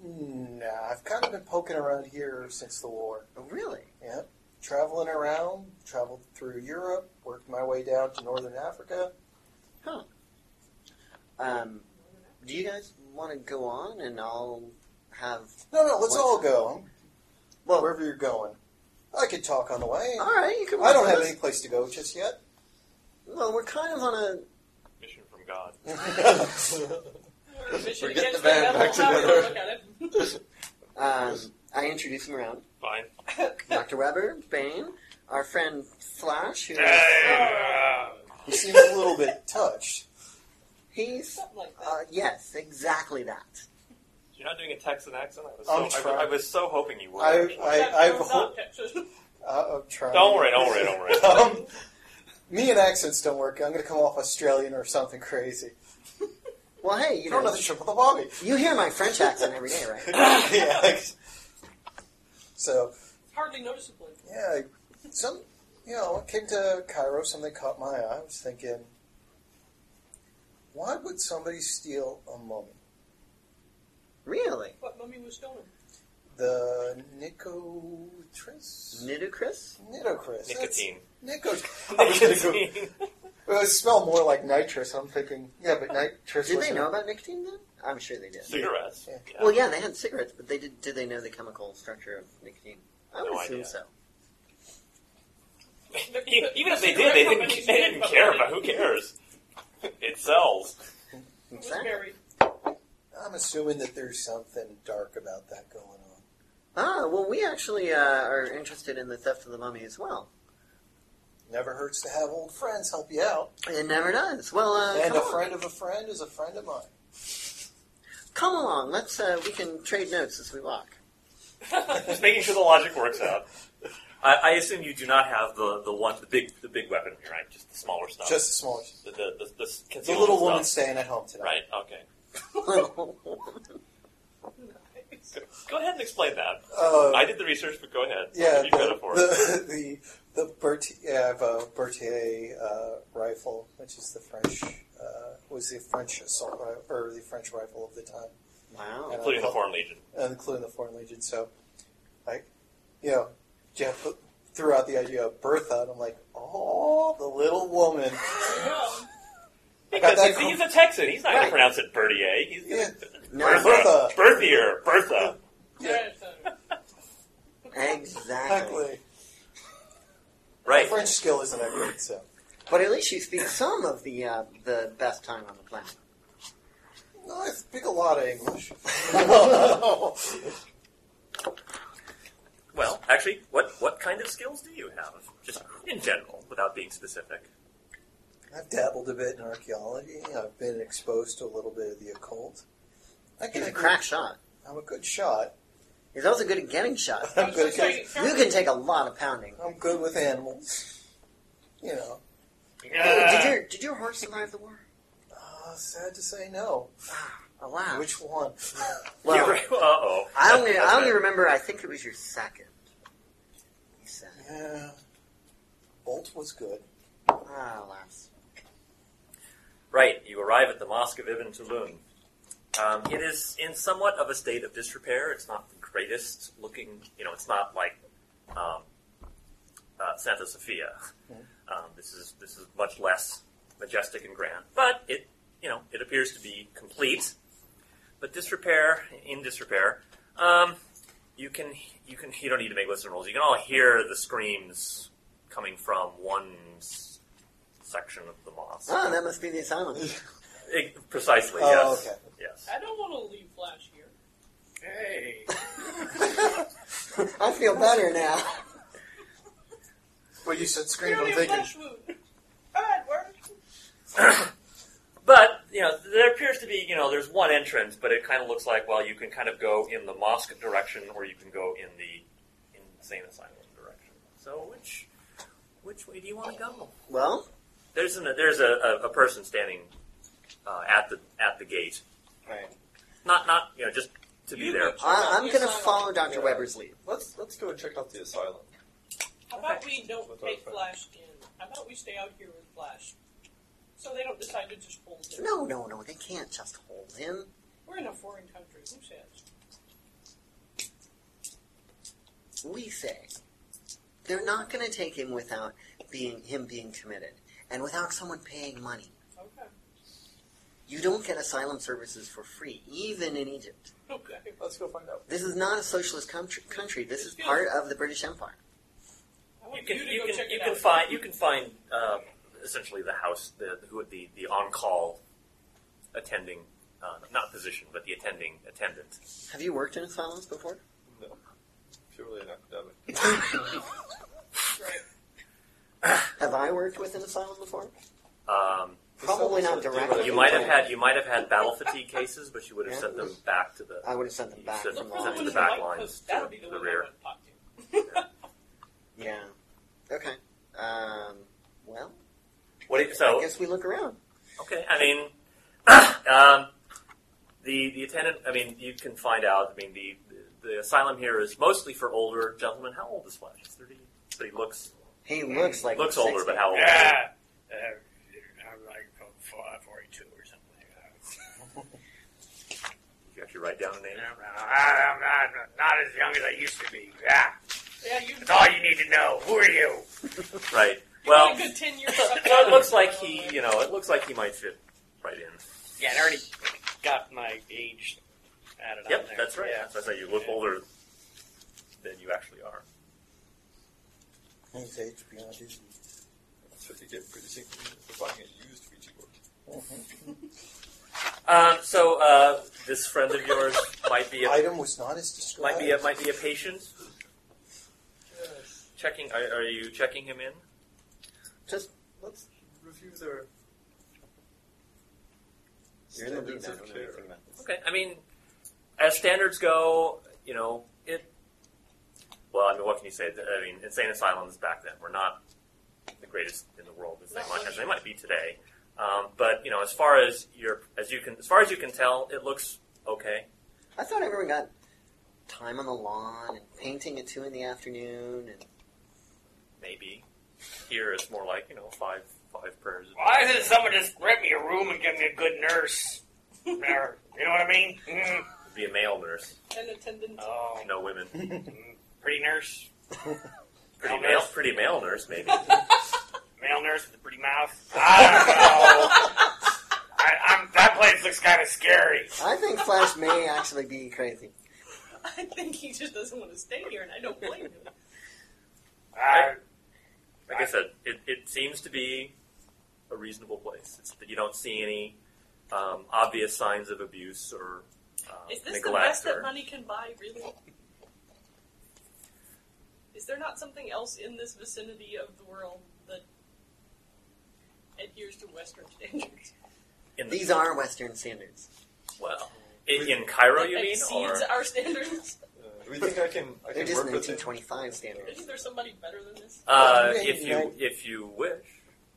Speaker 4: nah, I've kind of been poking around here since the war.
Speaker 2: Oh, really?
Speaker 4: Yep. Traveling around, traveled through Europe, worked my way down to northern Africa.
Speaker 2: Um, do you guys want to go on and I'll have.
Speaker 4: No, no, let's
Speaker 2: What?
Speaker 4: all go.
Speaker 2: Well,
Speaker 4: Wherever you're going. I could talk on the way.
Speaker 2: alright, you can.
Speaker 4: I don't
Speaker 2: walk
Speaker 4: have
Speaker 2: with
Speaker 4: any place to go just yet.
Speaker 2: us. Well, we're kind of on a.
Speaker 5: Mission from God.
Speaker 6: Mission
Speaker 3: Forget the
Speaker 6: against
Speaker 3: band
Speaker 6: devil,
Speaker 3: back
Speaker 6: have a
Speaker 3: together.
Speaker 6: Look at it.
Speaker 2: Um, I introduce him around.
Speaker 5: Fine.
Speaker 2: Dr. Weber, Bane, our friend Flash, who
Speaker 7: Hey, uh,
Speaker 4: He seems a little bit touched.
Speaker 2: he's.
Speaker 6: Something like that.
Speaker 2: Uh, yes, exactly that.
Speaker 5: You're not doing a Texan accent. I was
Speaker 4: I'm
Speaker 5: so, I,
Speaker 4: trying.
Speaker 5: I was so hoping you would.
Speaker 4: I-
Speaker 5: actually.
Speaker 4: I-
Speaker 6: That
Speaker 4: I've
Speaker 6: goes
Speaker 4: ho-
Speaker 6: on, Texas.
Speaker 4: Uh, I'm trying.
Speaker 5: Don't worry, don't worry, don't worry.
Speaker 4: um, me and accents don't work. I'm going to come off Australian or something crazy.
Speaker 2: Well, hey, you
Speaker 4: You don't
Speaker 2: know,
Speaker 4: know the trip of the bobby.
Speaker 2: you hear my French accent every day, right?
Speaker 4: yeah. like- so
Speaker 6: It's hardly noticeable.
Speaker 4: yeah, some you know I came to Cairo. Something caught my eye. I was thinking, why would somebody steal a mummy?
Speaker 2: Really?
Speaker 6: What mummy was stolen?
Speaker 4: The Nicotris.
Speaker 2: Nidocris?
Speaker 4: Nitocris.
Speaker 5: Nicotine.
Speaker 4: Nicotine. I was gonna go- Well, it smelled more like nitrous. I'm thinking, yeah, but nitrous.
Speaker 2: Did they
Speaker 4: wasn't-
Speaker 2: know about nicotine then? I'm sure they did.
Speaker 5: Cigarettes.
Speaker 4: Yeah.
Speaker 5: Yeah.
Speaker 2: Well, yeah, they had cigarettes, but they did. Did they know the chemical structure of nicotine? I would
Speaker 5: No
Speaker 2: assume
Speaker 5: idea.
Speaker 2: so.
Speaker 6: The-
Speaker 5: E-
Speaker 6: the-
Speaker 5: Even if
Speaker 6: the
Speaker 5: they did, they
Speaker 6: cigarette
Speaker 5: didn't,
Speaker 6: companies
Speaker 5: they didn't
Speaker 6: but
Speaker 5: care
Speaker 6: they-
Speaker 5: about who cares. It sells.
Speaker 6: Who was
Speaker 2: Exactly.
Speaker 6: married?
Speaker 4: I'm assuming that there's something dark about that going on.
Speaker 2: Ah, well, we actually uh, are interested in the theft of the mummy as well.
Speaker 4: Never hurts to have old friends help you out.
Speaker 2: It never does. Well, uh,
Speaker 4: and
Speaker 2: come,
Speaker 4: a
Speaker 2: on.
Speaker 4: friend of a friend is a friend of mine.
Speaker 2: come along. Let's uh, we can trade notes as we walk.
Speaker 5: Just making sure the logic works out. I, I assume you do not have the, the one the big the big weaponry, right? Just the smaller stuff.
Speaker 4: Just the small.
Speaker 5: the the, the, the,
Speaker 4: The little
Speaker 5: stuff.
Speaker 4: woman staying at home tonight.
Speaker 5: Right. Okay. Go ahead and explain that.
Speaker 4: Uh,
Speaker 5: I did the research, but go ahead.
Speaker 4: yeah,
Speaker 5: you
Speaker 4: the,
Speaker 5: better for it.
Speaker 4: the the the Bert, yeah, I have a Berthier uh, rifle, which is the French uh, was the French assault rifle or the French rifle of the time.
Speaker 2: Wow.
Speaker 5: Including the Foreign Legion.
Speaker 4: uh, including the Foreign Legion. So, like, you know, Jeff threw out the idea of Bertha, and I'm like, oh, the little woman.
Speaker 6: Well,
Speaker 4: I got
Speaker 5: Because
Speaker 4: that
Speaker 5: he's,
Speaker 4: com-
Speaker 5: he's a Texan. He's not going
Speaker 2: Right.
Speaker 5: to pronounce it Berthier. He's
Speaker 4: Yeah.
Speaker 2: No,
Speaker 5: Bertha.
Speaker 4: Bertha.
Speaker 5: Berthier. Bertha.
Speaker 6: yeah, so-
Speaker 2: exactly.
Speaker 4: Exactly.
Speaker 5: Right.
Speaker 4: French skill isn't that great, so.
Speaker 2: But at least you speak some of the uh, the best tongue on the planet.
Speaker 4: No, I speak a lot of English.
Speaker 5: Well, actually, what what kind of skills do you have? Just in general, without being specific.
Speaker 4: I've dabbled a bit in archaeology. I've been exposed to a little bit of the occult. I can
Speaker 2: He's a crack shot.
Speaker 4: I'm a good shot.
Speaker 2: He's also good at getting shots.
Speaker 4: I'm good,
Speaker 6: So you-
Speaker 4: at,
Speaker 2: You can take a lot of pounding.
Speaker 4: I'm good with animals. You know,
Speaker 2: Hey, did
Speaker 7: uh,
Speaker 2: your did your horse survive the war?
Speaker 4: uh, sad to say no.
Speaker 2: Oh wow.
Speaker 4: Which one?
Speaker 2: well,
Speaker 5: uh oh.
Speaker 2: I only I only remember. I think it was your second. You said.
Speaker 4: Yeah. Bolt was good.
Speaker 2: Ah, alas.
Speaker 5: Right, you arrive at the Mosque of Ibn Tulun. Um, it is in somewhat of a state of disrepair. It's not the greatest looking, you know, it's not like um, uh, Santa Sophia. Um, this is this is much less majestic and grand, but it, you know, it appears to be complete. But disrepair, in disrepair, um, you can you can you don't need to make listen rolls. You can all hear the screams coming from one s- section of the mosque.
Speaker 2: Oh, that must be the asylum.
Speaker 5: Ex- precisely,
Speaker 4: Oh,
Speaker 5: yes.
Speaker 4: okay.
Speaker 5: Yes.
Speaker 6: I don't want to leave Flash here.
Speaker 7: hey.
Speaker 2: I feel better now.
Speaker 4: Well, you said
Speaker 6: Clearly a flesh wound. Bad work.
Speaker 5: be, you know, there's one entrance, but it kind of looks like, well, you can kind of go in the mosque direction or you can go in the insane asylum direction. So which which way do you want to go?
Speaker 2: Well,
Speaker 5: There's an, there's a, a, a person standing uh, at the at the gate.
Speaker 2: Right.
Speaker 5: Not not you know just to be
Speaker 6: You
Speaker 5: there.
Speaker 6: look-
Speaker 2: I, I'm
Speaker 6: Yes,
Speaker 2: going to
Speaker 6: I know.
Speaker 2: follow Dr.
Speaker 3: Yeah.
Speaker 2: Weber's lead.
Speaker 3: Let's let's go and check out the asylum.
Speaker 6: How about we don't
Speaker 3: That's
Speaker 6: take
Speaker 3: fine.
Speaker 6: Flash in? How about we stay out here with Flash? So they don't decide to just hold him.
Speaker 2: No, no, no. They can't just hold him.
Speaker 6: We're in a foreign country. Who says?
Speaker 2: We say they're not going to take him without being him being committed and without someone paying money.
Speaker 6: Okay.
Speaker 2: You don't get asylum services for free, even in Egypt.
Speaker 6: Okay.
Speaker 3: Let's go find out.
Speaker 2: This is not a socialist country. country. This is
Speaker 6: Excuse
Speaker 2: part of the British Empire.
Speaker 6: I
Speaker 5: You
Speaker 6: want
Speaker 5: can
Speaker 6: you to
Speaker 5: you
Speaker 6: go
Speaker 5: can
Speaker 6: check
Speaker 5: you
Speaker 6: it
Speaker 5: can
Speaker 6: out.
Speaker 5: find you can find uh, essentially the house the who would be the on call attending uh, not position but the attending attendant.
Speaker 2: Have you worked in asylums before?
Speaker 3: No, purely an academic.
Speaker 6: Right.
Speaker 2: Have I worked with an asylum before?
Speaker 5: Um,
Speaker 2: Probably not directly.
Speaker 5: you might have had you might have had battle fatigue cases, but you would have
Speaker 2: Yeah.
Speaker 5: sent them back to the
Speaker 2: I would have sent them
Speaker 5: You
Speaker 2: back
Speaker 5: said-
Speaker 2: from
Speaker 6: Look
Speaker 2: the
Speaker 6: for
Speaker 5: Send
Speaker 6: the
Speaker 5: to
Speaker 6: one
Speaker 5: the
Speaker 6: in
Speaker 2: hospital.
Speaker 5: back
Speaker 6: white
Speaker 5: lines,
Speaker 6: coats.
Speaker 5: to-
Speaker 6: That'll be the
Speaker 5: to the
Speaker 6: one I
Speaker 5: rear.
Speaker 6: want to talk to.
Speaker 2: Yeah. Okay. Um, well,
Speaker 5: What do you-
Speaker 2: I
Speaker 5: so
Speaker 2: guess we look around.
Speaker 5: okay, I mean, um, the the attendant. I mean, you can find out. I mean, the the asylum here is mostly for older gentlemen. How old is Flash? He's Thirty. But he looks
Speaker 2: He looks like
Speaker 5: looks
Speaker 2: 60.
Speaker 5: older, but how old?
Speaker 7: Yeah. Uh, I'm like uh, 42 or something like that.
Speaker 5: Did you actually write down a name?
Speaker 7: I'm, I'm not, not as young as I used to be. Yeah.
Speaker 6: Yeah, you.
Speaker 7: That's all you need to know. Who are you?
Speaker 5: Right.
Speaker 6: Well,
Speaker 5: Well,
Speaker 6: a good ten years.
Speaker 5: so it looks like he. uh, You know, it looks like he might fit right in.
Speaker 8: Yeah, and I already got my age added on
Speaker 5: Yep,
Speaker 8: there.
Speaker 5: that's right.
Speaker 8: Yeah.
Speaker 5: That's how you look older than you actually are.
Speaker 4: His age beyond his
Speaker 3: That's what they get for using- for buying a used Ouija board.
Speaker 5: Um, so uh, this friend of yours might be a,
Speaker 4: Item was not as described.
Speaker 5: might be a, might be a patient. Checking. Are, are you checking him in?
Speaker 2: Just
Speaker 3: Let's review their.
Speaker 2: you're in the lead.
Speaker 3: standards
Speaker 2: now, I
Speaker 3: of
Speaker 2: don't know
Speaker 3: care.
Speaker 2: anything about this.
Speaker 5: Okay. I mean, as standards go, you know it. Well, I mean, what can you say? I mean, insane asylums back then were not the greatest in the world as they,
Speaker 6: Not
Speaker 5: might, as
Speaker 6: much.
Speaker 5: they might be today. Um, but you know, as far as your as you can as far as you can tell, it looks okay.
Speaker 2: I thought everyone got time on the lawn and painting at two in the afternoon and
Speaker 5: Maybe here it's more like you know five five prayers. a
Speaker 7: Why
Speaker 5: day.
Speaker 7: doesn't someone just rent me a room and give me a good nurse? There. You know what I mean? Mm.
Speaker 5: be a male nurse,
Speaker 6: An attendant.
Speaker 5: Uh,
Speaker 7: Oh,
Speaker 5: no women.
Speaker 7: pretty nurse.
Speaker 5: Pretty
Speaker 7: Male
Speaker 5: male,
Speaker 7: nurse?
Speaker 5: pretty male nurse, maybe.
Speaker 7: Male nurse with a pretty mouth. I don't know. I, I'm, that place looks kind of scary.
Speaker 2: I think Flash may actually be crazy.
Speaker 6: I think he just doesn't want to stay here, and I don't blame him.
Speaker 7: I,
Speaker 5: Like I said, it, it seems to be a reasonable place. It's, you don't see any um, obvious signs of abuse or um,
Speaker 6: Is this the
Speaker 5: neglect.
Speaker 6: best that
Speaker 5: or-
Speaker 6: money can buy, really? Is there not something else in this vicinity of the world that adheres to Western standards?
Speaker 5: in the-
Speaker 2: These are Western standards.
Speaker 5: well in, in Cairo, you
Speaker 6: that
Speaker 5: mean, or
Speaker 6: exceeds our standards?
Speaker 3: Uh, do we think I can? I
Speaker 2: They're
Speaker 3: can
Speaker 2: just
Speaker 3: work with it.
Speaker 2: 1925 standards.
Speaker 6: Isn't there somebody better than this?
Speaker 5: uh, if you if you wish,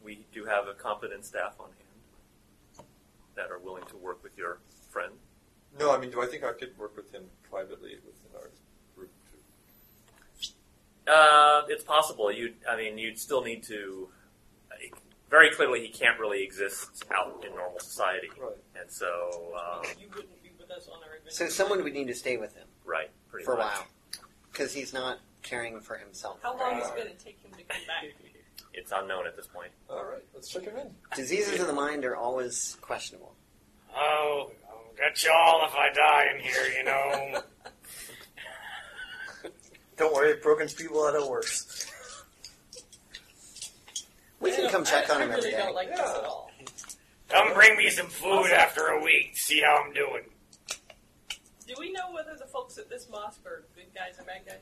Speaker 5: we do have a competent staff on hand that are willing to work with your friend.
Speaker 3: No, I mean, do I think I could work with him privately within our group? Too?
Speaker 5: Uh, it's possible. You, I mean, you'd still need to. Very clearly, he can't really exist out in normal society,
Speaker 3: Right.
Speaker 5: and so um,
Speaker 6: you wouldn't be with us on our adventure.
Speaker 2: Uh, So someone would need to stay with him
Speaker 5: right, pretty
Speaker 2: for a
Speaker 5: much.
Speaker 2: while because he's not caring for himself.
Speaker 6: How long
Speaker 2: Uh,
Speaker 6: is it going to take him to come back?
Speaker 5: It's unknown at this point.
Speaker 3: All right, let's check him in.
Speaker 2: Diseases of the mind are always questionable.
Speaker 7: oh, I'll get y'all if I die in here, you know.
Speaker 9: Don't worry, it broken people out of worse.
Speaker 2: We
Speaker 6: I
Speaker 2: can
Speaker 6: don't-
Speaker 2: come check
Speaker 6: I,
Speaker 2: on him
Speaker 6: I
Speaker 2: every
Speaker 6: really
Speaker 2: day.
Speaker 6: don't like this at
Speaker 3: Yeah.
Speaker 6: all.
Speaker 7: Come bring me some food after a week. See how I'm doing.
Speaker 6: Do we know whether the folks at this mosque are good guys or bad guys?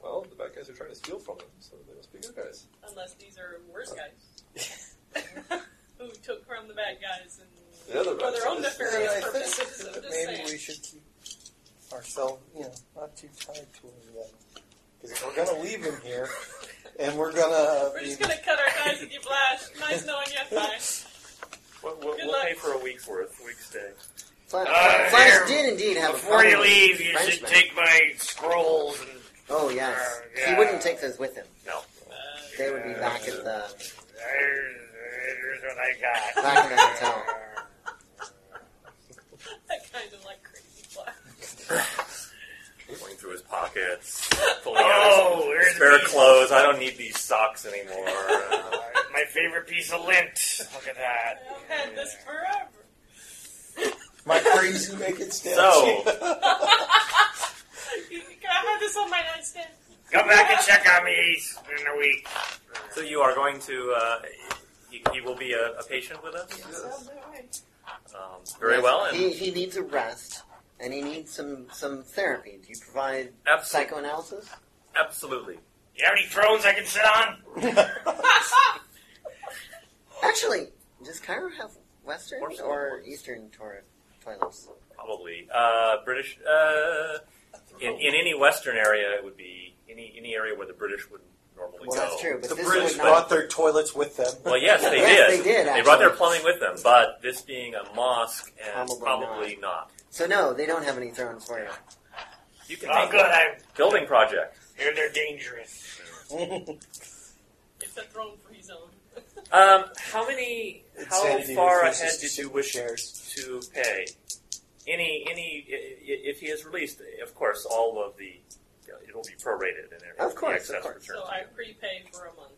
Speaker 3: Well, the bad guys are trying to steal from him, so they must be good guys.
Speaker 6: Unless these are worse guys. Who took from the bad guys and
Speaker 3: The other
Speaker 6: For their own
Speaker 3: rabbits-
Speaker 6: nefarious
Speaker 4: I think
Speaker 6: purposes. I'm
Speaker 4: that
Speaker 6: just
Speaker 4: maybe
Speaker 6: saying.
Speaker 4: we should keep ourselves, you know, not too tied to him yet. Because if we're going to leave him here, and we're going to
Speaker 6: We're
Speaker 4: be
Speaker 6: just gonna cut our ties with you, Flash. Nice knowing you, Flash.
Speaker 5: We'll, we'll,
Speaker 6: Good
Speaker 5: we'll
Speaker 6: luck.
Speaker 5: pay for a week's worth, a week's stay.
Speaker 2: Flash,
Speaker 7: Uh,
Speaker 2: Flash
Speaker 7: here.
Speaker 2: did indeed have a
Speaker 7: Before
Speaker 2: problem
Speaker 7: you
Speaker 2: with
Speaker 7: leave, you
Speaker 2: French
Speaker 7: should
Speaker 2: men.
Speaker 7: take my scrolls and.
Speaker 2: Oh yes,
Speaker 7: Uh,
Speaker 2: he
Speaker 7: yeah.
Speaker 2: wouldn't take those with him.
Speaker 7: Uh,
Speaker 2: They would be back at the
Speaker 7: There's, there's what I got.
Speaker 2: back in the hotel.
Speaker 6: I kind of like crazy Flash.
Speaker 5: Going through his pockets, pulling out
Speaker 7: Oh,
Speaker 5: his
Speaker 7: here's
Speaker 5: spare
Speaker 7: a piece.
Speaker 5: clothes. I don't need these socks anymore. Uh,
Speaker 7: My favorite piece of lint. Look at that.
Speaker 6: I've had this forever.
Speaker 4: my crazy naked statue.
Speaker 5: So-
Speaker 6: You think I had this on my nightstand.
Speaker 7: Come back and check on me in a week.
Speaker 5: so you are going to. Uh, he, he will be a, a patient with us.
Speaker 6: Sounds that way.
Speaker 5: Um, very
Speaker 2: Yes,
Speaker 5: well, and
Speaker 2: He, he needs a rest, and he needs some some therapy. Do you provide
Speaker 5: abso-
Speaker 2: psychoanalysis?
Speaker 5: absolutely.
Speaker 7: You have any thrones I can sit on? Oh,
Speaker 2: Actually, does Cairo have Western
Speaker 5: Or some
Speaker 2: or
Speaker 5: ones.
Speaker 2: Eastern to- toilets?
Speaker 5: Probably uh, British. Uh, in, in any Western area, it would be any any area where the British would normally
Speaker 2: Well,
Speaker 5: go.
Speaker 2: that's true, but
Speaker 4: The
Speaker 2: this
Speaker 4: British
Speaker 2: would
Speaker 4: brought
Speaker 2: not.
Speaker 4: their toilets with them.
Speaker 5: Well, yes, they
Speaker 2: Yes,
Speaker 5: did.
Speaker 2: they did,
Speaker 5: brought their
Speaker 2: actually.
Speaker 5: plumbing with them, but this being a mosque, and
Speaker 2: Probably
Speaker 5: probably not.
Speaker 2: So no, they don't have any thrones for you.
Speaker 5: You can
Speaker 7: Oh,
Speaker 5: make
Speaker 7: good.
Speaker 5: one.
Speaker 7: I
Speaker 5: Uh, building project.
Speaker 7: hear they're dangerous.
Speaker 6: It's a throne for his own.
Speaker 5: Um, how many? How
Speaker 4: Insanity
Speaker 5: far
Speaker 4: refuses
Speaker 5: ahead
Speaker 4: to
Speaker 5: did
Speaker 4: sit
Speaker 5: you
Speaker 4: with
Speaker 5: wish
Speaker 4: shares.
Speaker 5: to pay? Any any i- i- if he is released, of course, all of the you know, it will be prorated and everything.
Speaker 2: Of course,
Speaker 5: the excess
Speaker 2: of course.
Speaker 5: return.
Speaker 6: So I prepay for a month.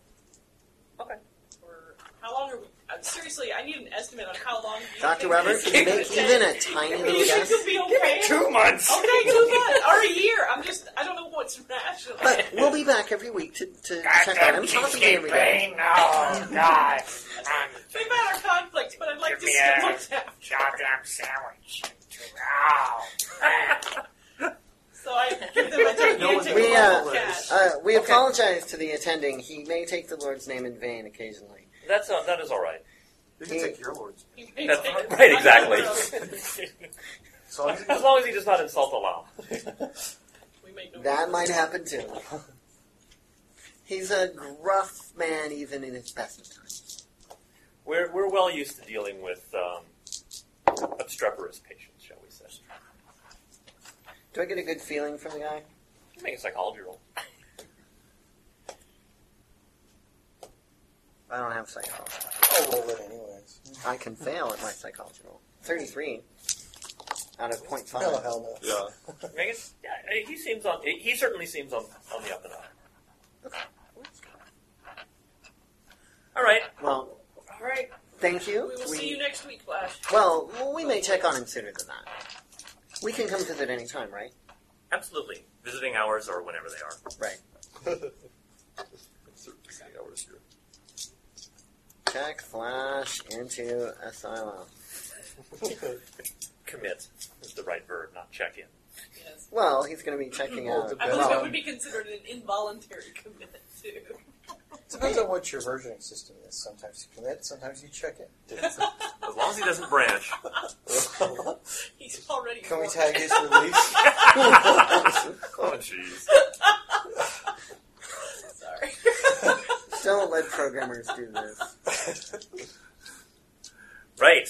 Speaker 5: Okay.
Speaker 6: For how long are we? Uh, seriously, I need an estimate on how long. You
Speaker 2: Doctor
Speaker 6: think
Speaker 2: Weber,
Speaker 6: this
Speaker 2: can you
Speaker 6: is
Speaker 2: make
Speaker 6: gonna
Speaker 2: even
Speaker 6: take?
Speaker 2: a tiny
Speaker 6: I mean,
Speaker 2: little
Speaker 6: you think
Speaker 2: guess?
Speaker 6: you'll be okay.
Speaker 7: Two months.
Speaker 6: Okay, two months or a year. I'm just I don't know what's rational.
Speaker 2: But we'll be back every week to, to check on
Speaker 7: Goddamn
Speaker 2: him, talk to him
Speaker 7: cheesecake
Speaker 2: every day.
Speaker 7: pain. Oh, God. I'm
Speaker 6: We've had our conflicts, but I'd like
Speaker 7: Give
Speaker 6: to
Speaker 7: me
Speaker 6: see
Speaker 7: a-
Speaker 6: it looked at.
Speaker 7: goddamn sandwich. Oh, man.
Speaker 6: So I give them a gigantic
Speaker 2: We, uh,
Speaker 6: lump of cash.
Speaker 2: Uh, we
Speaker 5: Okay.
Speaker 2: apologize to the attending. He may take the Lord's name in vain occasionally.
Speaker 5: That's all, that is all right.
Speaker 9: You can take your lords.
Speaker 6: You may
Speaker 5: That's
Speaker 6: take-
Speaker 5: right, exactly.
Speaker 9: As long as
Speaker 5: As long as he does not insult the law.
Speaker 6: We make no
Speaker 2: That might happen too. He's a gruff man, even in his best of times.
Speaker 5: We're we're well used to dealing with um, obstreperous patients, shall we say?
Speaker 2: Do I get a good feeling from the guy?
Speaker 5: Make a psychology roll.
Speaker 2: I don't have psychology.
Speaker 4: I'll roll it Oh, anyways.
Speaker 2: I can fail at my psychology roll. 33 out of point five.
Speaker 4: Hell, hell no.
Speaker 3: Yeah.
Speaker 5: Megan, yeah, uh, he seems on. He certainly seems on on the up and up. All right,
Speaker 2: Well,
Speaker 6: All right,
Speaker 2: thank
Speaker 6: we
Speaker 2: you.
Speaker 6: will see you next week, Flash.
Speaker 2: Well, well, we may check on him sooner than that. We can come visit any time, right?
Speaker 5: absolutely. Visiting hours or whenever they are.
Speaker 3: Thirteen hours here.
Speaker 2: Check Flash into asylum.
Speaker 5: Commit is the right verb, not check in.
Speaker 6: Yes.
Speaker 2: Well, he's going to be checking
Speaker 9: Well,
Speaker 2: out.
Speaker 9: the
Speaker 6: I believe it
Speaker 2: Well,
Speaker 6: would be considered an involuntary commitment too.
Speaker 4: Depends on what your versioning system is. Sometimes you commit, sometimes you check it.
Speaker 5: As long as he doesn't branch.
Speaker 6: He's already.
Speaker 4: Can we
Speaker 6: bored.
Speaker 4: tag his release?
Speaker 5: Oh jeez.
Speaker 6: Sorry.
Speaker 2: don't let programmers do this.
Speaker 5: Right.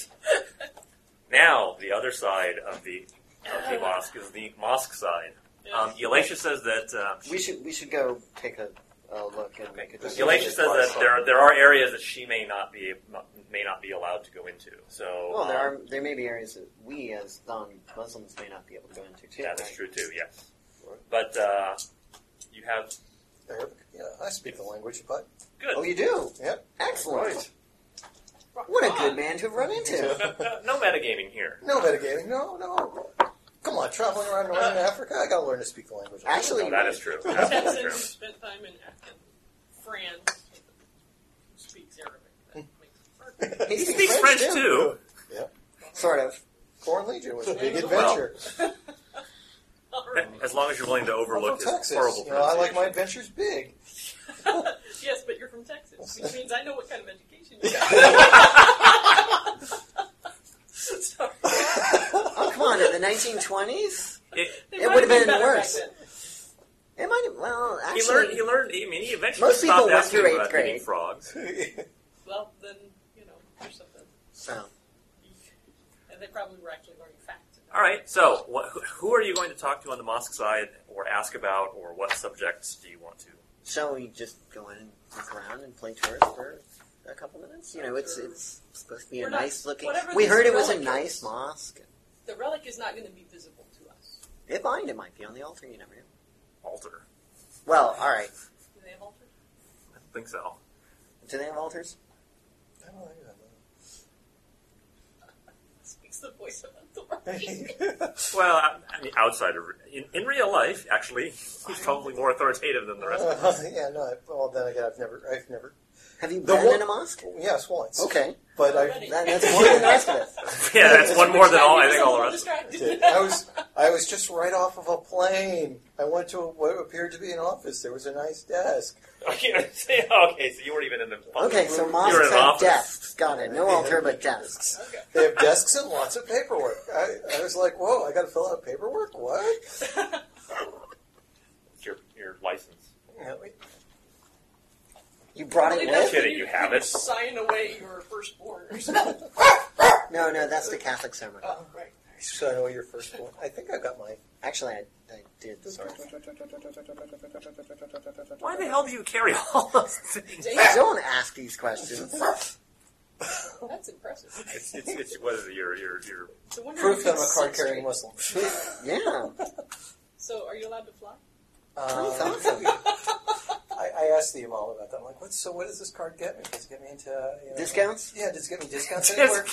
Speaker 5: Now the other side of the of the mosque is the mosque side. Um, Elisha says that um,
Speaker 2: We should we should go take a, a look and make a
Speaker 5: Elisha says that there are, there are areas that she may not be may not be allowed to go into. So
Speaker 2: Well, there
Speaker 5: um,
Speaker 2: are there may be areas that we as non-Muslims may not be able to go into too.
Speaker 5: Yeah, that's
Speaker 2: right?
Speaker 5: true too. Yes, but uh, you have
Speaker 4: Arabic? Yeah, I speak the language, but
Speaker 5: good.
Speaker 2: Oh, you do.
Speaker 4: Yep.
Speaker 2: Excellent. What a good man to have run into.
Speaker 5: no, no, Uh, no metagaming here.
Speaker 4: no metagaming. No, no. Come on, traveling around northern
Speaker 5: Uh,
Speaker 4: Africa, I gotta learn to speak the language.
Speaker 2: Actually,
Speaker 5: No, that is true.
Speaker 6: Jensen,
Speaker 5: Absolutely
Speaker 6: who
Speaker 5: true.
Speaker 6: spent time in Athens, France, speaks Arabic. That makes it perfect.
Speaker 2: he
Speaker 5: He speaks French too.
Speaker 2: Sort of.
Speaker 4: Foreign Legion was a
Speaker 5: Well,
Speaker 4: big adventure.
Speaker 6: All right.
Speaker 5: As long as you're willing to
Speaker 4: I'm
Speaker 5: overlook
Speaker 4: from
Speaker 5: his
Speaker 4: Texas.
Speaker 5: horrible.
Speaker 4: You know, I like my
Speaker 5: pronunciation.
Speaker 4: adventures big.
Speaker 6: yes, but you're from Texas, which means I know what kind of education you got.
Speaker 2: Oh, twenties.
Speaker 5: It-
Speaker 6: They
Speaker 2: It
Speaker 6: might
Speaker 2: would've
Speaker 6: have
Speaker 2: been
Speaker 6: better back
Speaker 2: worse.
Speaker 6: then.
Speaker 2: It might. Well, actually,
Speaker 5: he learned. He learned. I mean, he eventually
Speaker 2: Most people
Speaker 5: stopped
Speaker 2: went
Speaker 5: asking
Speaker 2: through eighth
Speaker 5: about
Speaker 2: grade.
Speaker 5: eating frogs.
Speaker 6: Well, then you know, there's something.
Speaker 2: so
Speaker 6: And they probably were actually learning facts.
Speaker 5: All right. So, what, who are you going to talk to on the mosque side, or ask about, or what subjects do you want to?
Speaker 2: shall we just go in and look around and play tourist for a couple minutes? You know, it's it's supposed to be a
Speaker 6: We're not-
Speaker 2: nice looking.
Speaker 6: whatever
Speaker 2: We
Speaker 6: this
Speaker 2: heard it was a
Speaker 6: relic
Speaker 2: nice
Speaker 6: is.
Speaker 2: mosque.
Speaker 6: The relic is not going to be visible to us.
Speaker 2: If mine, it might be on the altar. You never know.
Speaker 5: Altar.
Speaker 2: Well, all right.
Speaker 6: Do they have altars?
Speaker 5: I don't think so.
Speaker 2: Do they have altars?
Speaker 4: I don't think I
Speaker 6: Speaks the voice of authority.
Speaker 4: know.
Speaker 5: Well, I, I mean, outside of in, in real life, actually, he's probably more authoritative than the rest. of us.
Speaker 4: Uh, yeah, no. I, well, then again, I've never, I've never.
Speaker 2: Have you
Speaker 4: The
Speaker 2: been
Speaker 4: wo-
Speaker 2: in a mosque?
Speaker 4: Yes, once.
Speaker 2: Okay,
Speaker 4: But I,
Speaker 6: Already.
Speaker 2: that, that's more than the rest of us.
Speaker 5: Yeah, that's one more than all. I think all the
Speaker 6: I'm
Speaker 5: rest. of us.
Speaker 6: distracted.
Speaker 4: I was, I was just right off of a plane. I went to what appeared to be an office. There was a nice desk.
Speaker 5: Okay, so- okay, so you weren't even in the. public
Speaker 2: Okay, so
Speaker 5: room. you were in
Speaker 2: mosques
Speaker 5: an
Speaker 2: have
Speaker 5: office.
Speaker 2: desks. Got it. No altar, but desks.
Speaker 6: Okay.
Speaker 4: They have desks and lots of paperwork. I, I was like, whoa! I got to fill out paperwork. What?
Speaker 5: Your, your license.
Speaker 4: Yeah, we-
Speaker 2: You brought
Speaker 6: Only
Speaker 2: it
Speaker 6: that's
Speaker 2: with?
Speaker 5: Kidding,
Speaker 6: when
Speaker 5: you have it.
Speaker 6: Sign away your firstborn or something.
Speaker 2: No, no, that's the Catholic sermon.
Speaker 6: oh, right.
Speaker 4: So I know your first one. I think I got mine.
Speaker 2: Actually, I, I did. Sorry.
Speaker 5: Why the hell do you carry all those things?
Speaker 6: Damn,
Speaker 2: Don't ask these questions.
Speaker 6: that's impressive.
Speaker 5: It's, it's, it's what is it? Your your your.
Speaker 6: So, wonder
Speaker 4: Proof
Speaker 6: if
Speaker 4: that I'm
Speaker 6: you-
Speaker 4: a card-carrying Muslim.
Speaker 2: Yeah.
Speaker 6: so, are you allowed to fly?
Speaker 4: Um,
Speaker 2: awesome.
Speaker 4: I, I asked the imam about that. I'm like, what? So what does this card get me? Does it get me into you know,
Speaker 2: Discounts?
Speaker 4: Yeah, does it get me discounts anywhere?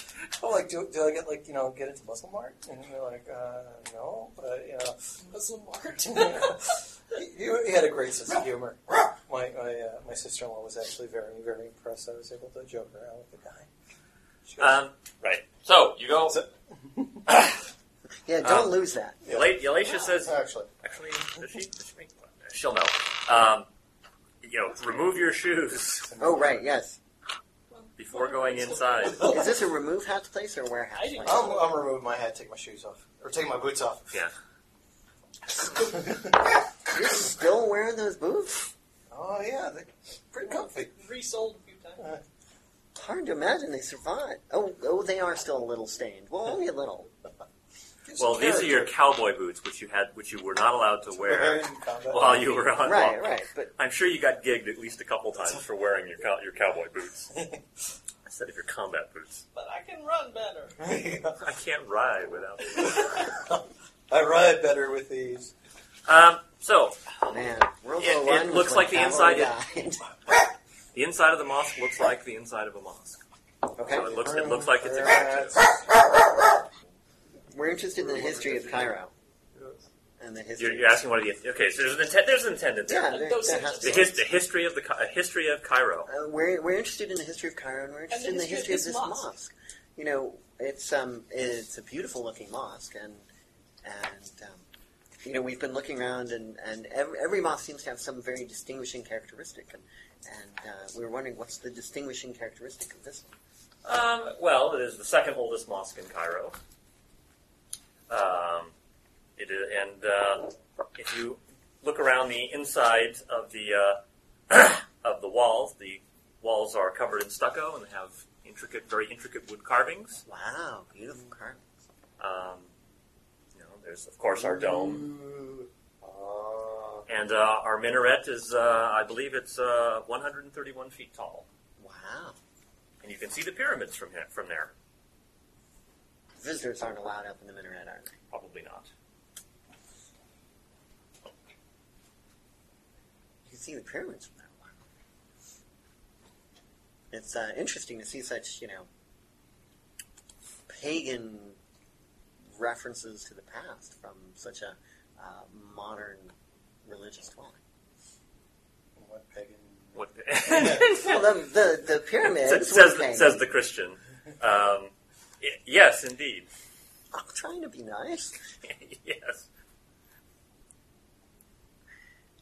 Speaker 4: I'm like, do, do I get like you know get into Muslim Mart? And they're like, uh, no, but you know,
Speaker 6: Muslim Mart.
Speaker 4: he, he had a great sense of humor. My my, uh, my sister-in-law was actually very very impressed. I was able to joke around with the guy. She goes,
Speaker 5: Um, right. So you go.
Speaker 4: So-
Speaker 2: Yeah, don't lose that.
Speaker 4: yeah.
Speaker 5: Yala- Yalatia says,
Speaker 4: actually,
Speaker 5: actually, does she, does she make one? She'll know. Um, you know, remove your shoes
Speaker 2: Oh, right, yes.
Speaker 5: before going inside.
Speaker 2: Is this a remove hat place or wear hat
Speaker 6: I didn't-
Speaker 2: place?
Speaker 4: I'm, I'm removing my hat, take my shoes off, or take my boots off.
Speaker 5: Yeah.
Speaker 2: You're still wearing those boots?
Speaker 4: Oh yeah, they're pretty comfy.
Speaker 6: Resold a few times.
Speaker 2: Hard to imagine they survived. Oh, oh, they are still a little stained. Well, only a little.
Speaker 4: Gives
Speaker 5: Well,
Speaker 4: some
Speaker 5: these are your
Speaker 4: character.
Speaker 5: cowboy boots, which you had, which you were not allowed to wear
Speaker 4: Barbarian combat.
Speaker 5: while you were on.
Speaker 2: Right,
Speaker 5: well,
Speaker 2: right. But
Speaker 5: I'm sure you got gigged at least a couple times for wearing your cow- your cowboy boots instead of your combat boots.
Speaker 6: But I can run better.
Speaker 5: I can't ride without.
Speaker 4: I ride better with these.
Speaker 5: Um, so
Speaker 2: man, World
Speaker 5: It-
Speaker 2: War
Speaker 5: it
Speaker 2: One was
Speaker 5: looks
Speaker 2: when
Speaker 5: like the
Speaker 2: cavalry
Speaker 5: inside
Speaker 2: died.
Speaker 5: the inside of the mosque looks like the inside of a mosque.
Speaker 2: okay.
Speaker 5: So it looks it looks like it's
Speaker 4: Right.
Speaker 5: a
Speaker 2: We're interested in the history of Cairo. And the history.
Speaker 5: You're, you're asking what are the okay? So there's an intent. There's an intent in there.
Speaker 2: Yeah, there,
Speaker 6: Those
Speaker 2: there
Speaker 6: things
Speaker 2: has
Speaker 5: The,
Speaker 2: to be.
Speaker 5: his, the history of the Ca- a history of Cairo.
Speaker 2: Uh, we're, we're interested in the history of Cairo and we're interested in the history of this mosque. You know, it's um, it's a beautiful looking mosque, and and um, you know we've been looking around, and and every, every mosque seems to have some very distinguishing characteristic, and and uh, we were wondering what's the distinguishing characteristic of this one.
Speaker 5: Um, well, it is the second oldest mosque in Cairo. Um, it is, and uh, if you look around the inside of the uh, of the walls, the walls are covered in stucco and have intricate, very intricate wood carvings.
Speaker 2: Wow, beautiful carving.
Speaker 5: Um, you know, there's of course our dome.
Speaker 3: Ah.
Speaker 5: And uh, our minaret is, uh, I believe it's uh, 131 feet tall.
Speaker 2: Wow,
Speaker 5: And you can see the pyramids from here, from there.
Speaker 2: visitors aren't allowed up in the minaret, are they?
Speaker 5: Probably not.
Speaker 2: You can see the pyramids from there. Wow. It's uh, interesting to see such, you know, pagan references to the past from such a uh, modern religious dwelling.
Speaker 4: What pagan?
Speaker 5: What
Speaker 2: Well, the, the, the pyramids
Speaker 5: says,
Speaker 2: were
Speaker 5: says,
Speaker 2: pagan.
Speaker 5: says the Christian. Um, y- yes, indeed.
Speaker 2: I'm trying to be nice.
Speaker 5: yes.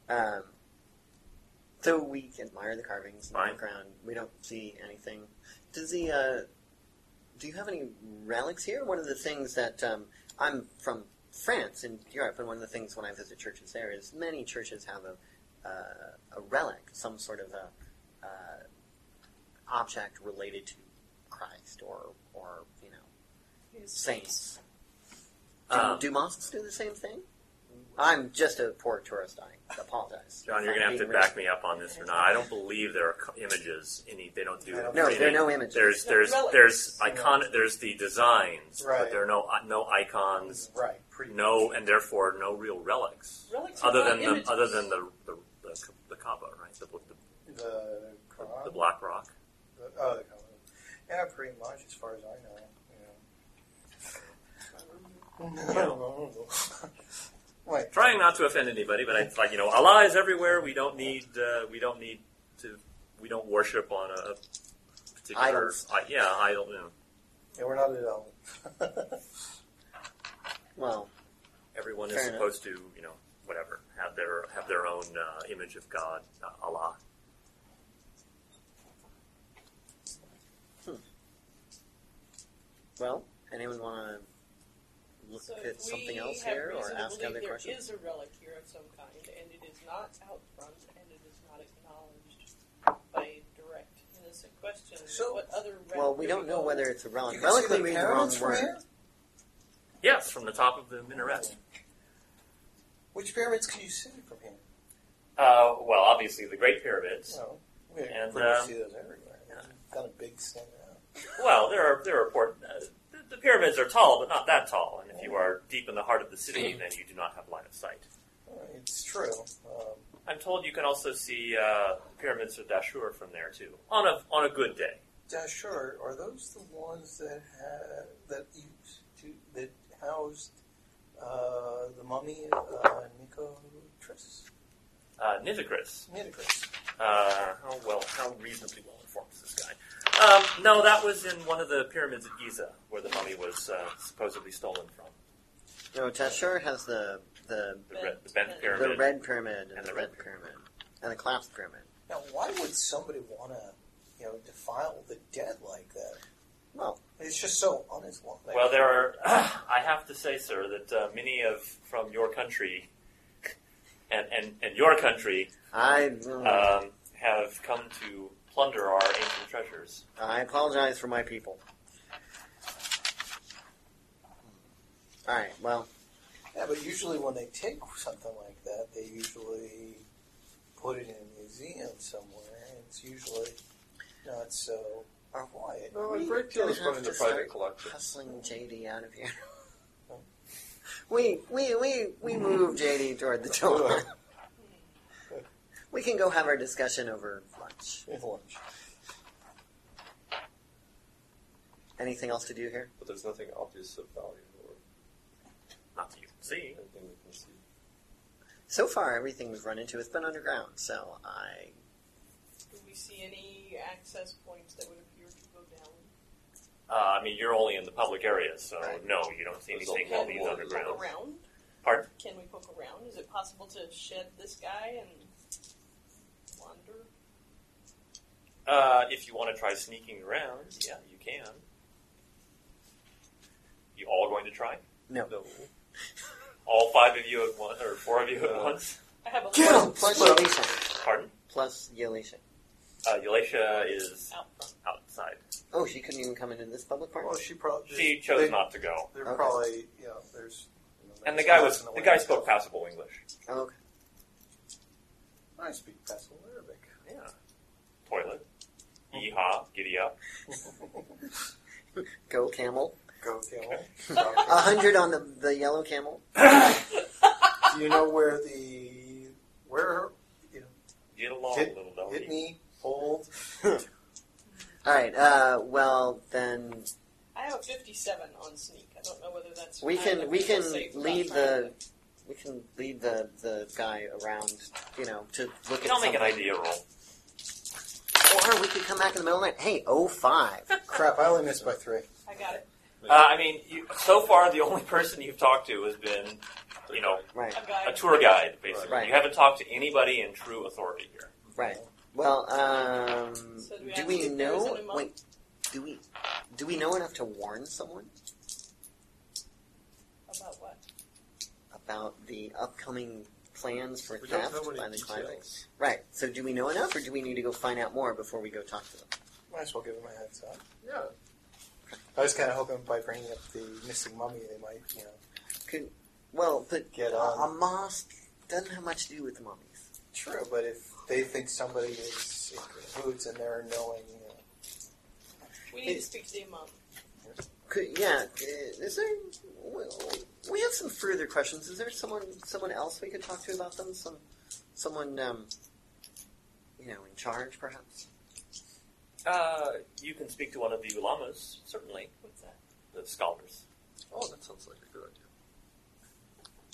Speaker 2: Um, so we admire the carvings in the
Speaker 5: Fine.
Speaker 2: background. We don't see anything. Does the uh, do you have any relics here? One of the things that um, I'm from France and Europe, and one of the things when I visit churches there is many churches have a, uh, a relic, some sort of a uh, object related to Christ or or you know saints. Do,
Speaker 5: Um,
Speaker 2: do mosques do the same thing? I'm just a poor tourist. I apologize.
Speaker 5: John, you're
Speaker 2: I'm
Speaker 5: going to have to
Speaker 2: being
Speaker 5: back me up on this or not. I don't believe there are co- images. Any, they don't do.
Speaker 2: No,
Speaker 5: they-
Speaker 2: there are no images.
Speaker 5: There's
Speaker 6: No,
Speaker 5: there's
Speaker 6: relics.
Speaker 5: there's icon. There's the designs, but
Speaker 9: Right.
Speaker 5: there are no uh, no icons,
Speaker 9: Right. Pretty
Speaker 5: no, and therefore no real relics
Speaker 6: Relics are
Speaker 5: other
Speaker 6: not
Speaker 5: than
Speaker 6: images.
Speaker 5: the other than the the, the, the Kaaba, right? The, the,
Speaker 9: The Quran.
Speaker 5: the Black Rock.
Speaker 9: The, oh, the Quran. Yeah, pretty much, as far as I know. You know.
Speaker 4: Wait,
Speaker 5: Trying not to offend anybody, but I, it's like you know, Allah is everywhere. We don't need uh, we don't need to we don't worship on a particular
Speaker 2: Idols.
Speaker 5: I, yeah idol. You know,
Speaker 9: yeah, we're not at all.
Speaker 2: Well,
Speaker 5: everyone is
Speaker 2: Fair enough.
Speaker 5: supposed to you know whatever have their have their own uh, image of God, uh, Allah.
Speaker 2: well, anyone want to look
Speaker 6: So
Speaker 2: at
Speaker 6: if
Speaker 2: something
Speaker 6: we
Speaker 2: else
Speaker 6: have
Speaker 2: here or
Speaker 6: reason to
Speaker 2: ask
Speaker 6: believe
Speaker 2: other questions?
Speaker 6: There is a relic here of some kind, and it is not out front, and it is not acknowledged by direct innocent question.
Speaker 4: So-
Speaker 6: what other relic
Speaker 2: Well, we
Speaker 6: could
Speaker 2: don't know
Speaker 6: go-
Speaker 2: whether it's a
Speaker 4: you
Speaker 2: relic.
Speaker 4: can
Speaker 2: Relic
Speaker 4: see
Speaker 2: would
Speaker 4: the
Speaker 2: be the wrong
Speaker 4: pyramids from
Speaker 2: word.
Speaker 4: here?
Speaker 5: Yes, from the top of the minaret.
Speaker 4: Which pyramids can you see from here?
Speaker 5: Uh, well, obviously the Great Pyramids.
Speaker 2: Oh.
Speaker 4: No, we can
Speaker 5: And,
Speaker 4: pretty
Speaker 2: uh,
Speaker 4: much
Speaker 5: um,
Speaker 4: see those everywhere. Kind of big standing out.
Speaker 5: Well, there are there are port, uh, the- the pyramids are tall, but not that tall. And if you are deep in the heart of the city, then you do not have line of sight.
Speaker 4: Uh, It's true. Um,
Speaker 5: I'm told you can also see uh, pyramids of Dashur from there too, on a on a good day.
Speaker 4: Dashur, are those the ones that ha that used to that housed uh, the mummy of uh, Nikotris?
Speaker 5: Uh, Nitocris,
Speaker 4: Nitocris.
Speaker 5: uh, how well, how reasonably well informed is this guy? Um, no, that was in one of the pyramids at Giza, where the mummy was uh, supposedly stolen from
Speaker 2: No, Tashur has the the
Speaker 5: the, red, the bent pyramid.
Speaker 2: the red pyramid and,
Speaker 5: And
Speaker 2: the,
Speaker 5: the
Speaker 2: red
Speaker 5: red
Speaker 2: pyramid. and the collapsed pyramid.
Speaker 4: Now, why would somebody want to, you know, defile the dead like that?
Speaker 2: Well,
Speaker 4: It's just so un-Islamic.
Speaker 5: Well, there are. I have to say, sir, that uh, many of from your country and and, and your country
Speaker 2: I
Speaker 5: um, have come to plunder our ancient treasures.
Speaker 2: I apologize for my people. All right. Well,
Speaker 4: yeah, but usually when they take something like that, they usually put it in a museum somewhere, and it's usually not so uh, quiet.
Speaker 3: No,
Speaker 2: We
Speaker 3: a great deal
Speaker 2: don't
Speaker 3: is put
Speaker 2: have
Speaker 3: into
Speaker 2: to
Speaker 3: private
Speaker 2: start
Speaker 3: collections.
Speaker 2: hustling JD out of here. we we we we move JD toward the door. we can go have our discussion over lunch.
Speaker 3: At lunch.
Speaker 2: Anything else to do here?
Speaker 3: But there's nothing obvious of value or
Speaker 5: Not that you can see.
Speaker 3: anything we can see.
Speaker 2: So far, everything we've run into has been underground, so I
Speaker 6: Do we see any access points that would appear to go down?
Speaker 5: Uh, I mean, you're only in the public area, so
Speaker 2: Right.
Speaker 5: no, you don't see
Speaker 3: There's a
Speaker 5: anything that
Speaker 6: Can
Speaker 3: lot
Speaker 6: we
Speaker 5: leads
Speaker 3: more
Speaker 6: poke
Speaker 5: underground.
Speaker 6: around?
Speaker 5: Pardon?
Speaker 6: Can we poke around? Is it possible to shed this guy and wander?
Speaker 5: Uh, if you want to try sneaking around, yeah, you can. You all going to try?
Speaker 2: no.
Speaker 3: No.
Speaker 5: All five of you at once, or four of you at
Speaker 3: Uh,
Speaker 5: once?
Speaker 6: I have a
Speaker 4: Get
Speaker 6: horse
Speaker 4: him!
Speaker 2: Plus Yalisha.
Speaker 5: Pardon?
Speaker 2: Plus Yalisha.
Speaker 5: Uh, Eulalia is
Speaker 6: out front.
Speaker 5: outside.
Speaker 2: Oh, she couldn't even come into this public part.
Speaker 9: Well, she probably
Speaker 5: She chose not to go.
Speaker 9: They're
Speaker 2: Okay.
Speaker 9: probably you know, there's. You know,
Speaker 5: And the
Speaker 9: there's
Speaker 5: guy
Speaker 9: lots
Speaker 5: was
Speaker 9: in
Speaker 5: the
Speaker 9: way.
Speaker 5: guy spoke passable English.
Speaker 2: Oh, okay.
Speaker 9: I speak Pestle Arabic.
Speaker 5: Yeah. Toilet. Yeehaw. Giddy up.
Speaker 2: Go camel.
Speaker 9: Go camel.
Speaker 2: A hundred on the the yellow camel.
Speaker 9: Do you know where the where
Speaker 5: Get along, little
Speaker 9: hit
Speaker 5: donkey.
Speaker 9: me hold?
Speaker 2: All right. Uh, well then
Speaker 6: I have a 57 on sneak. I don't know whether that's
Speaker 2: we
Speaker 6: I
Speaker 2: can
Speaker 6: don't
Speaker 2: we
Speaker 6: think
Speaker 2: can
Speaker 6: that's safe without
Speaker 2: lead
Speaker 6: trying
Speaker 2: the
Speaker 6: to-
Speaker 2: we can lead the the guy around. You know to look at.
Speaker 5: I'll make
Speaker 2: something.
Speaker 5: an idea roll.
Speaker 2: Or we could come back in the middle of the night. Hey, oh five.
Speaker 9: Crap! I only missed by three.
Speaker 6: I got it.
Speaker 5: Uh, I mean, you, so far the only person you've talked to has been, you know,
Speaker 2: Right.
Speaker 6: A guy.
Speaker 5: a tour guide. Basically,
Speaker 2: Right.
Speaker 5: you haven't talked to anybody in true authority here.
Speaker 2: Right. Well, um,
Speaker 6: So do we
Speaker 2: do
Speaker 6: ask
Speaker 2: we
Speaker 6: if there is
Speaker 2: know?
Speaker 6: an among-
Speaker 2: Wait, do we do we know enough to warn someone?
Speaker 6: About what?
Speaker 2: about the upcoming plans for
Speaker 3: We don't
Speaker 2: theft
Speaker 3: know
Speaker 2: by
Speaker 3: any
Speaker 2: the Twilight.
Speaker 3: details.
Speaker 2: Right. So do we know enough, or do we need to go find out more before we go talk to them?
Speaker 4: Might as well give them a heads up.
Speaker 3: Yeah.
Speaker 4: I was kind of hoping by bringing up the missing mummy, they might, you know.
Speaker 2: Well, but
Speaker 4: Get
Speaker 2: a-
Speaker 4: on.
Speaker 2: a mosque doesn't have much to do with the mummies.
Speaker 4: True, but if they think somebody is in cahoots and they're knowing, you know,
Speaker 6: We need to speak to the imam.
Speaker 2: Could, yeah. uh, Is there? well, We have some further questions. Is there someone someone else we could talk to about them? Some someone um, you know in charge, perhaps.
Speaker 5: Uh, you can speak to one of the ulamas, certainly,
Speaker 6: What's that?
Speaker 5: the scholars.
Speaker 3: Oh, that sounds like a good idea.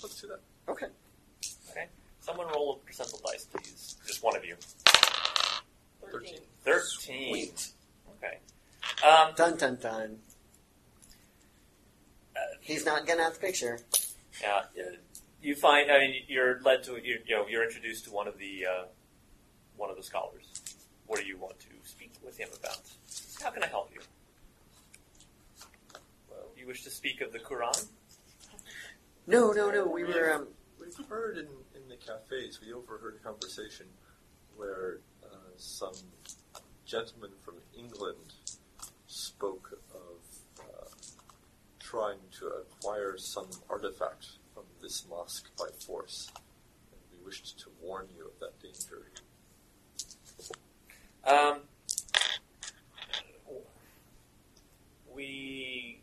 Speaker 3: Let's do that.
Speaker 2: Okay.
Speaker 5: Someone roll a percentile dice, please. Just one of you.
Speaker 6: Thirteen.
Speaker 5: Thirteen. Okay. Um,
Speaker 2: Dun dun dun. He's not getting out the picture.
Speaker 5: Yeah, uh, yeah. you find. I mean, you're led to. You, you know, you're introduced to one of the uh, one of the scholars. What do you want to speak with him about? How can I help you? You wish to speak of the Quran?
Speaker 2: No, Oh, no, no. We were um,
Speaker 3: We've heard in, in the cafes, we overheard a conversation where uh, some gentleman from England spoke of uh, trying to acquire some artifact from this mosque by force. And we wished to warn you of that danger.
Speaker 5: Um, we.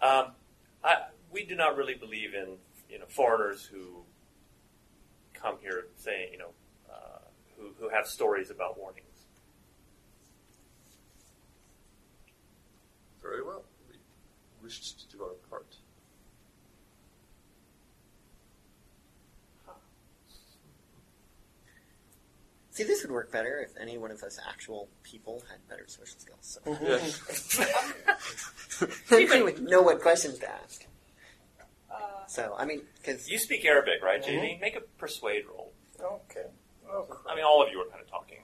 Speaker 5: Um, I, we do not really believe in you know foreigners who come here saying you know uh, who who have stories about warnings.
Speaker 3: Very well. We wished to do our part.
Speaker 2: see this would work better if any one of us actual people had better social skills. So
Speaker 3: Mm-hmm.
Speaker 2: then we would know what questions to ask.
Speaker 6: Uh,
Speaker 2: So I mean, because
Speaker 5: You speak Arabic, right,
Speaker 4: Mm-hmm.
Speaker 5: JD? Make a persuade roll.
Speaker 4: okay.
Speaker 9: Oh,
Speaker 5: I
Speaker 9: crap.
Speaker 5: mean, all of you are kind of talking.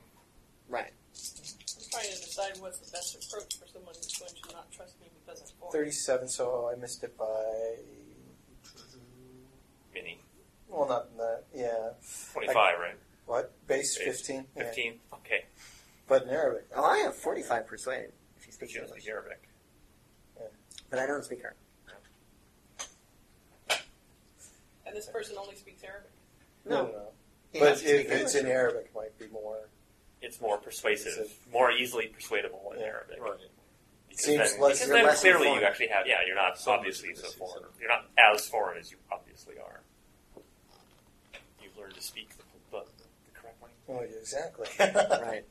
Speaker 2: right,
Speaker 6: I'm trying to decide what's the best approach for someone who's going to not trust me because I'm foreign.
Speaker 4: 37, so I missed it by.
Speaker 5: Mini
Speaker 4: Well, not that, yeah.
Speaker 5: twenty-five, right?
Speaker 4: What? Base
Speaker 5: Base
Speaker 4: 15? Yeah.
Speaker 5: Fifteen. Okay,
Speaker 4: But in Arabic.
Speaker 2: oh, I have forty-five persuade. If you
Speaker 5: but
Speaker 2: speak
Speaker 5: you don't speak
Speaker 2: English,
Speaker 5: Arabic.
Speaker 2: but I don't speak her.
Speaker 6: And this person only speaks Arabic.
Speaker 4: No,
Speaker 2: No,
Speaker 4: no.
Speaker 2: he has
Speaker 4: But
Speaker 2: to speak
Speaker 4: if it's in
Speaker 2: English.
Speaker 4: Arabic, it might be more.
Speaker 5: it's more persuasive,
Speaker 4: Persuasive.
Speaker 5: more easily persuadable in
Speaker 4: Yeah,
Speaker 5: Arabic.
Speaker 3: Right.
Speaker 5: Because
Speaker 4: Seems
Speaker 5: then,
Speaker 4: less-
Speaker 5: because
Speaker 2: you're
Speaker 5: then
Speaker 2: less
Speaker 5: clearly
Speaker 2: informed.
Speaker 5: you actually have, yeah, you're not
Speaker 3: So much
Speaker 5: obviously so
Speaker 3: less
Speaker 5: foreign.
Speaker 3: informed.
Speaker 5: You're not as foreign as you obviously are. You've learned to speak the, the, the correct language.
Speaker 4: Oh, yeah, exactly.
Speaker 2: right.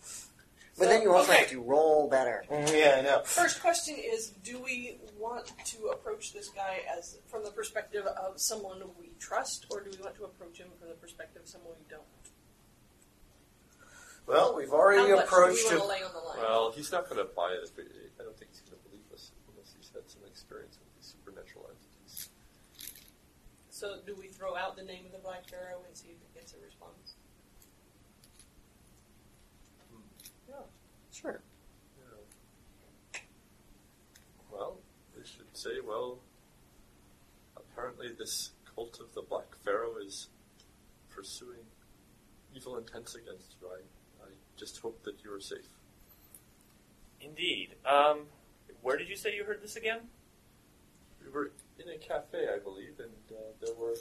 Speaker 2: But then you also
Speaker 5: okay.
Speaker 2: have to roll better.
Speaker 4: Mm, yeah, I know.
Speaker 6: First question is Do we want to approach this guy as from the perspective of someone we trust, or do we want to approach him from the perspective of someone we don't?
Speaker 4: Well, we've
Speaker 6: How
Speaker 4: already
Speaker 6: much
Speaker 4: approached
Speaker 6: do
Speaker 4: him.
Speaker 6: we want to lay on the line?
Speaker 3: Well, he's not going to buy it. But I don't think he's going to believe us unless he's had some experience with these supernatural entities.
Speaker 6: so, do we throw out the name of the Black Pharaoh and see if it gets a response?
Speaker 2: Sure.
Speaker 3: Yeah. Well, we should say, well, apparently this cult of the Black Pharaoh is pursuing evil intents against you. I, I just hope that you are safe.
Speaker 5: Indeed. Um, where did you say you heard this again?
Speaker 3: We were in a cafe, I believe, and uh, there were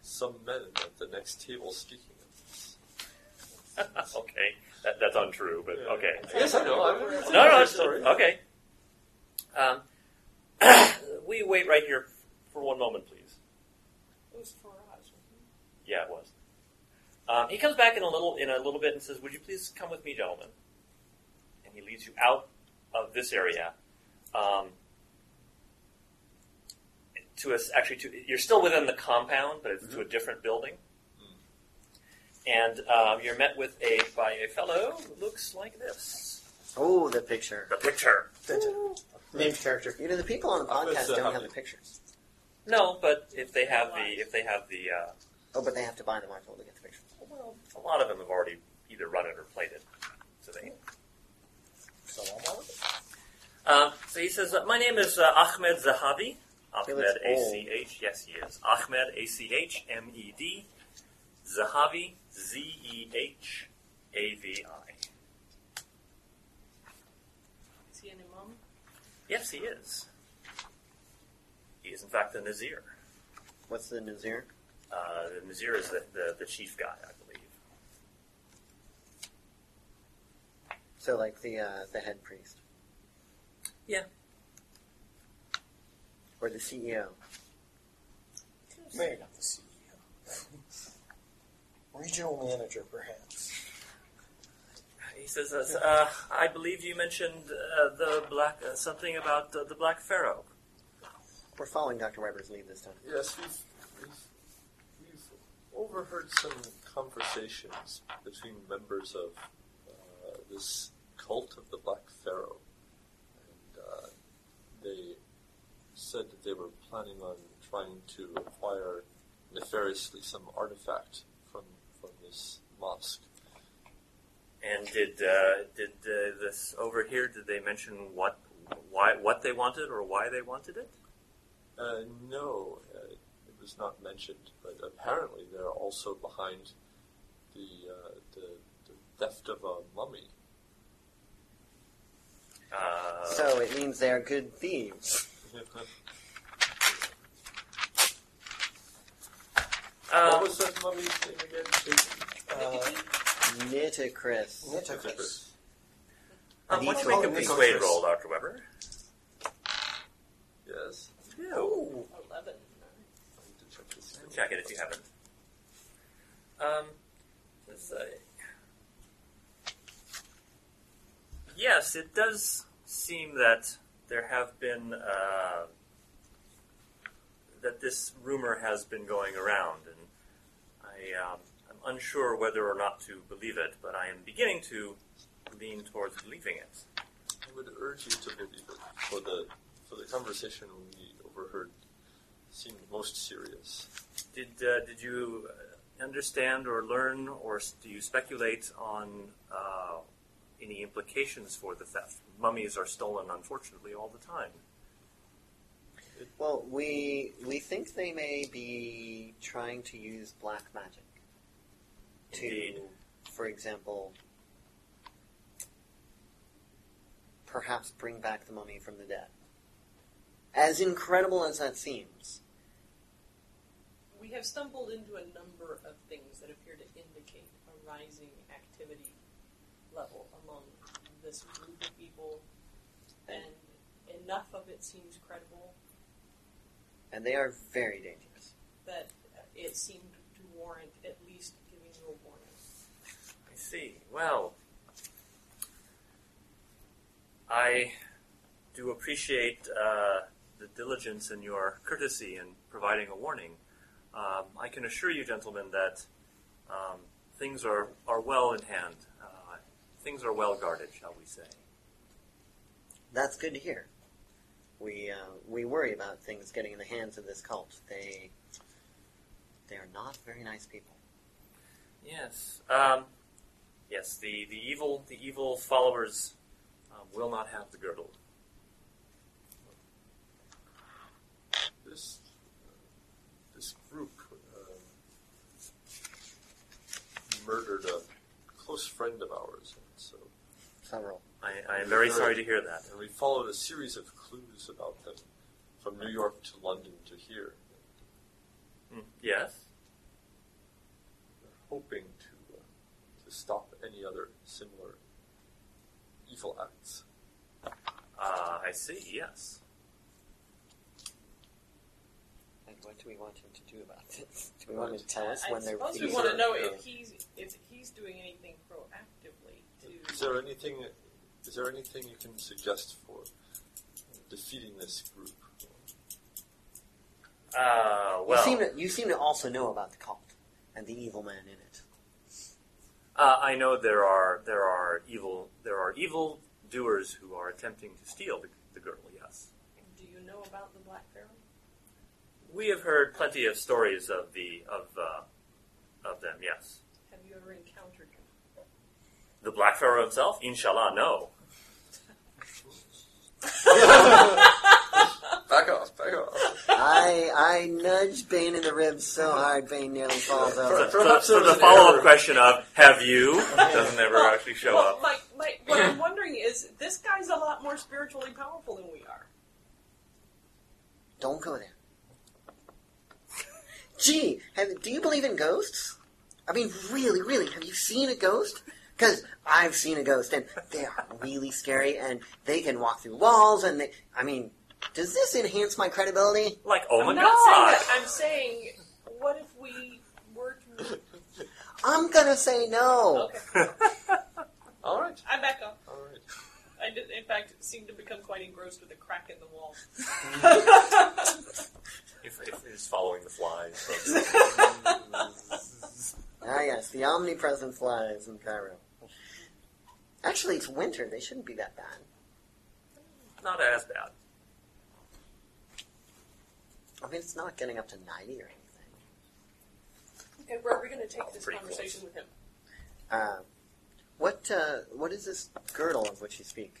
Speaker 3: some men at the next table speaking of this.
Speaker 5: okay, that, that's untrue, but
Speaker 3: Yeah.
Speaker 5: okay.
Speaker 3: Yes, I know. I'm, it's a
Speaker 5: No, no,
Speaker 3: true
Speaker 5: it's,
Speaker 3: story.
Speaker 5: okay. Um, will you wait right here for one moment, please?
Speaker 6: It was Faraj. wasn't
Speaker 5: Yeah, it was. Um, he comes back in a little in a little bit and says, "Would you please come with me, gentlemen?" And he leads you out of this area. Um, to us, actually, to you're still within the compound, but it's to a different building. And um, you're met with a by a fellow who looks like this.
Speaker 2: Oh, the picture.
Speaker 5: The picture.
Speaker 9: Named character.
Speaker 2: You know, the people on the
Speaker 3: I bet
Speaker 2: podcast
Speaker 5: uh,
Speaker 3: so,
Speaker 2: don't
Speaker 3: how
Speaker 2: have the
Speaker 3: many-
Speaker 2: pictures.
Speaker 5: No, but if they have the if they have the uh,
Speaker 2: Oh, but they have to buy the microphone to get the pictures.
Speaker 5: well, a lot of them have already either run it or played it, so they
Speaker 4: So I'm out.
Speaker 5: Um, so he says, uh, "My name is uh, Ahmed Zahabi. Ahmed
Speaker 2: looks
Speaker 5: A
Speaker 2: old.
Speaker 5: C H. Yes, he is. Ahmed A C H M E D. Zahavi Z E H A V I.
Speaker 6: Is he an imam?
Speaker 5: Yes, he is. He is in fact a Nazir.
Speaker 2: What's the Nazir?
Speaker 5: Uh, the Nazir is the, the, the chief guy, I believe.
Speaker 2: So like the uh, the head priest.
Speaker 5: Yeah.
Speaker 2: Or the E CEO.
Speaker 4: Maybe not the CEO. Regional manager, perhaps.
Speaker 5: He says, uh, uh, "I believe you mentioned uh, the black uh, something about uh, the black pharaoh."
Speaker 2: We're following Dr. Weber's lead this time.
Speaker 3: Yes, we've, we've, we've overheard some conversations between members of uh, this cult of the Black Pharaoh. And uh, they said that they were planning on trying to acquire nefariously some artifact from, from this mosque.
Speaker 5: And did uh, did uh, this over here? Did they mention what why what they wanted or why they wanted it?
Speaker 3: Uh, no, uh, it was not mentioned, but apparently they're also behind the, uh, the, the theft of a mummy.
Speaker 5: Uh,
Speaker 2: so it means they are good thieves.
Speaker 5: um,
Speaker 3: what was that mummy's name again?
Speaker 4: Uh,
Speaker 2: Nitocris.
Speaker 4: Nitocris.
Speaker 5: um, why don't
Speaker 2: Nitro-
Speaker 5: you
Speaker 2: Oh,
Speaker 5: make a
Speaker 4: Nitro-
Speaker 5: persuade roll, Doctor Weber?
Speaker 3: Yes.
Speaker 5: No.
Speaker 6: Eleven.
Speaker 3: I need to check this out.
Speaker 5: Check it if you haven't. Um, let's say. Yes, it does seem that there have been uh, that this rumor has been going around, and I um, I'm unsure whether or not to believe it, but I am beginning to lean towards believing it.
Speaker 3: I would urge you to believe it. For the for the conversation we overheard seemed most serious.
Speaker 5: Did uh, did you uh, understand or learn, or s- do you speculate on uh, any implications for the theft? Mummies are stolen, unfortunately, all the time.
Speaker 2: Well, we we think they may be trying to use black magic to,
Speaker 5: Indeed.
Speaker 2: for example, perhaps bring back the mummy from the dead. As incredible as that seems,
Speaker 6: We have stumbled into a number of things that appear to indicate a rising activity level among this group of people, and enough of it seems credible
Speaker 2: and they are very dangerous.
Speaker 6: that it seemed to warrant at least giving you a warning.
Speaker 5: I see. Well, I do appreciate uh, the diligence and your courtesy in providing a warning. Um, I can assure you, gentlemen, that um, things are, are well in hand. Uh, things are well guarded, shall we say.
Speaker 2: That's good to hear. We uh, we worry about things getting in the hands of this cult. They they are not very nice people.
Speaker 5: Yes. Um, yes. The, the evil the evil followers um, will not have the girdle.
Speaker 3: This uh, this group um, murdered a close friend of ours, and so
Speaker 2: Several.
Speaker 5: I, I am very sorry to hear that.
Speaker 3: and we followed a series of clues about them from New York to London to here,
Speaker 5: Mm, Yes.
Speaker 3: hoping to uh, to stop any other similar evil acts.
Speaker 5: Uh, I see. Yes.
Speaker 2: And what do we want him to do about this? Do we want him to tell us
Speaker 6: I
Speaker 2: when they're
Speaker 6: suppose we
Speaker 3: these
Speaker 6: want
Speaker 3: are- uh,
Speaker 6: to know
Speaker 3: yeah.
Speaker 6: if he's if he's doing anything proactively
Speaker 3: Is
Speaker 6: to.
Speaker 3: there anything? Is there anything you can suggest for defeating this group?
Speaker 5: Uh, well,
Speaker 2: you, seem to, you seem to also know about the cult and the evil man in it.
Speaker 5: uh, I know there are there are evil there are evil doers who are attempting to steal the, the girdle. Yes,
Speaker 6: Do you know about the Black Pharaoh?
Speaker 5: we have heard plenty of stories of the of uh, of them. Yes,
Speaker 6: Have you ever encountered him?
Speaker 5: the Black Pharaoh himself. Inshallah, no.
Speaker 3: Back off, back off.
Speaker 2: I I nudged Bane in the ribs so hard Bane nearly falls
Speaker 5: So,
Speaker 2: over.
Speaker 5: so- so the follow up question of have you doesn't ever
Speaker 6: Well,
Speaker 5: actually show
Speaker 6: well,
Speaker 5: up.
Speaker 6: My, my, what I'm wondering is, this guy's a lot more spiritually powerful than we are.
Speaker 2: Don't go there. Gee, have, do you believe in ghosts? I mean, really, really, have you seen a ghost? Because I've seen a ghost, and they are really scary, and they can walk through walls, and they. I mean, does this enhance my credibility?
Speaker 5: Like, oh my
Speaker 6: I'm not saying
Speaker 5: god!
Speaker 6: that. I'm saying, what if we were to.
Speaker 2: I'm gonna say no.
Speaker 6: Okay,
Speaker 3: All right,
Speaker 6: I back up.
Speaker 3: all right.
Speaker 6: I did, in fact, seemed to become quite engrossed with a crack in the wall.
Speaker 5: If, if it's following the flies. so-
Speaker 2: Ah, yes, the omnipresent flies in Cairo. Actually, it's winter. They shouldn't be that bad.
Speaker 5: Not as bad.
Speaker 2: I mean, it's not getting up to 90 or anything.
Speaker 6: Okay, where are we going to take this
Speaker 5: Pretty
Speaker 6: conversation with him?
Speaker 2: Uh, what uh, what is this girdle of which you speak?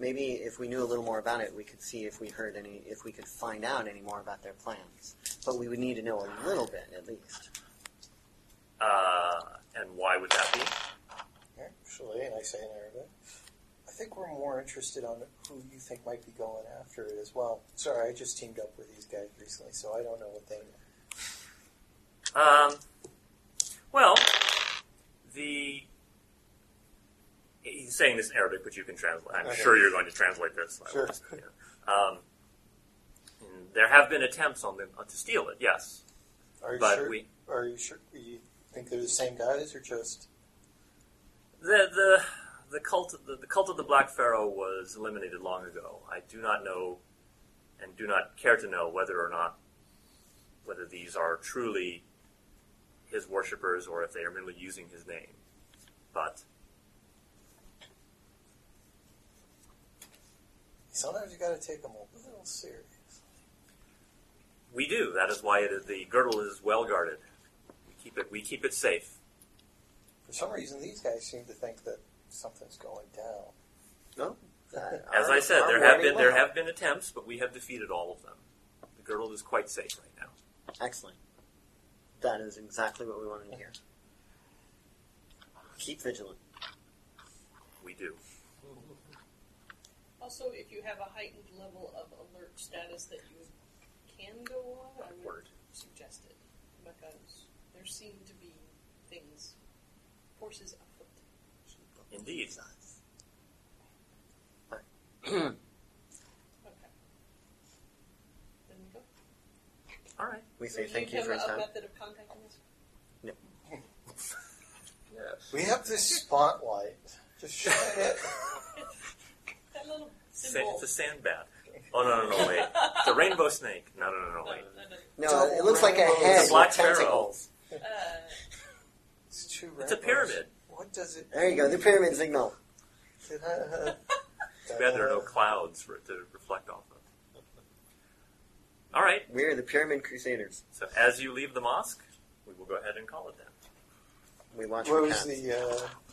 Speaker 2: Maybe if we knew a little more about it, we could see if we heard any, if we could find out any more about their plans. But we would need to know a little bit at least.
Speaker 5: Uh, and why would that be?
Speaker 4: Actually, and I say in Arabic, I think we're more interested on who you think might be going after it as well. Sorry, I just teamed up with these guys recently, so I don't know what they know.
Speaker 5: Um, well, the he's saying this in Arabic, but you can translate. I'm
Speaker 4: Okay.
Speaker 5: sure you're going to translate this. I
Speaker 4: Sure.
Speaker 5: was- yeah. Um, mm, there have been attempts on them uh, to steal it. Yes,
Speaker 4: Are you
Speaker 5: but
Speaker 4: sure?
Speaker 5: we
Speaker 4: Are you sure? You think they're the same guys, or just
Speaker 5: the the. The cult, the, the cult of the Black Pharaoh was eliminated long ago. I do not know, and do not care to know whether or not, whether these are truly his worshippers or if they are merely using his name. But
Speaker 4: sometimes you got to take them a little serious?
Speaker 5: We do. That is why it is, the girdle is well guarded. We keep it. We keep it safe.
Speaker 4: For some reason, these guys seem to think that something's going down.
Speaker 2: Uh,
Speaker 5: As
Speaker 2: our-
Speaker 5: I said,
Speaker 2: our
Speaker 5: there have
Speaker 2: warning
Speaker 5: been there
Speaker 2: level.
Speaker 5: have been attempts, but we have defeated all of them. The girdle is quite safe right now.
Speaker 2: excellent. That is exactly what we wanted to hear. Keep vigilant.
Speaker 5: We do.
Speaker 6: Also, if you have a heightened level of alert status that you can go on, I would
Speaker 5: Word.
Speaker 6: suggest it. Because there seem to be things, forces afoot.
Speaker 5: Indeed.
Speaker 6: Okay. Then we go.
Speaker 5: All right.
Speaker 2: We
Speaker 6: So
Speaker 2: say thank you
Speaker 6: have
Speaker 2: for your
Speaker 6: a
Speaker 2: time.
Speaker 6: method of contacting us?
Speaker 3: Yes.
Speaker 4: We have this spotlight. Just shine it.
Speaker 6: That little
Speaker 5: Sa-
Speaker 6: symbol.
Speaker 5: it's a sand bat. Oh no no no wait. It's a rainbow snake. No no no no
Speaker 6: No,
Speaker 5: wait.
Speaker 6: no, no.
Speaker 2: No,
Speaker 4: Double
Speaker 2: it looks like a
Speaker 4: rainbows.
Speaker 2: head
Speaker 5: It's a black
Speaker 2: with
Speaker 5: pharaoh.
Speaker 2: tentacles.
Speaker 6: Uh,
Speaker 4: It's two
Speaker 5: It's a
Speaker 4: rainbows.
Speaker 5: pyramid.
Speaker 4: What does it?
Speaker 2: There you go. The pyramid signal.
Speaker 4: Too bad
Speaker 5: Too bad there are no clouds for it to reflect off of. All right.
Speaker 2: We're the pyramid crusaders.
Speaker 5: So as you leave the mosque, we will go ahead and call it then.
Speaker 2: We watch.
Speaker 4: What
Speaker 2: for
Speaker 4: was
Speaker 2: cats.
Speaker 4: the uh,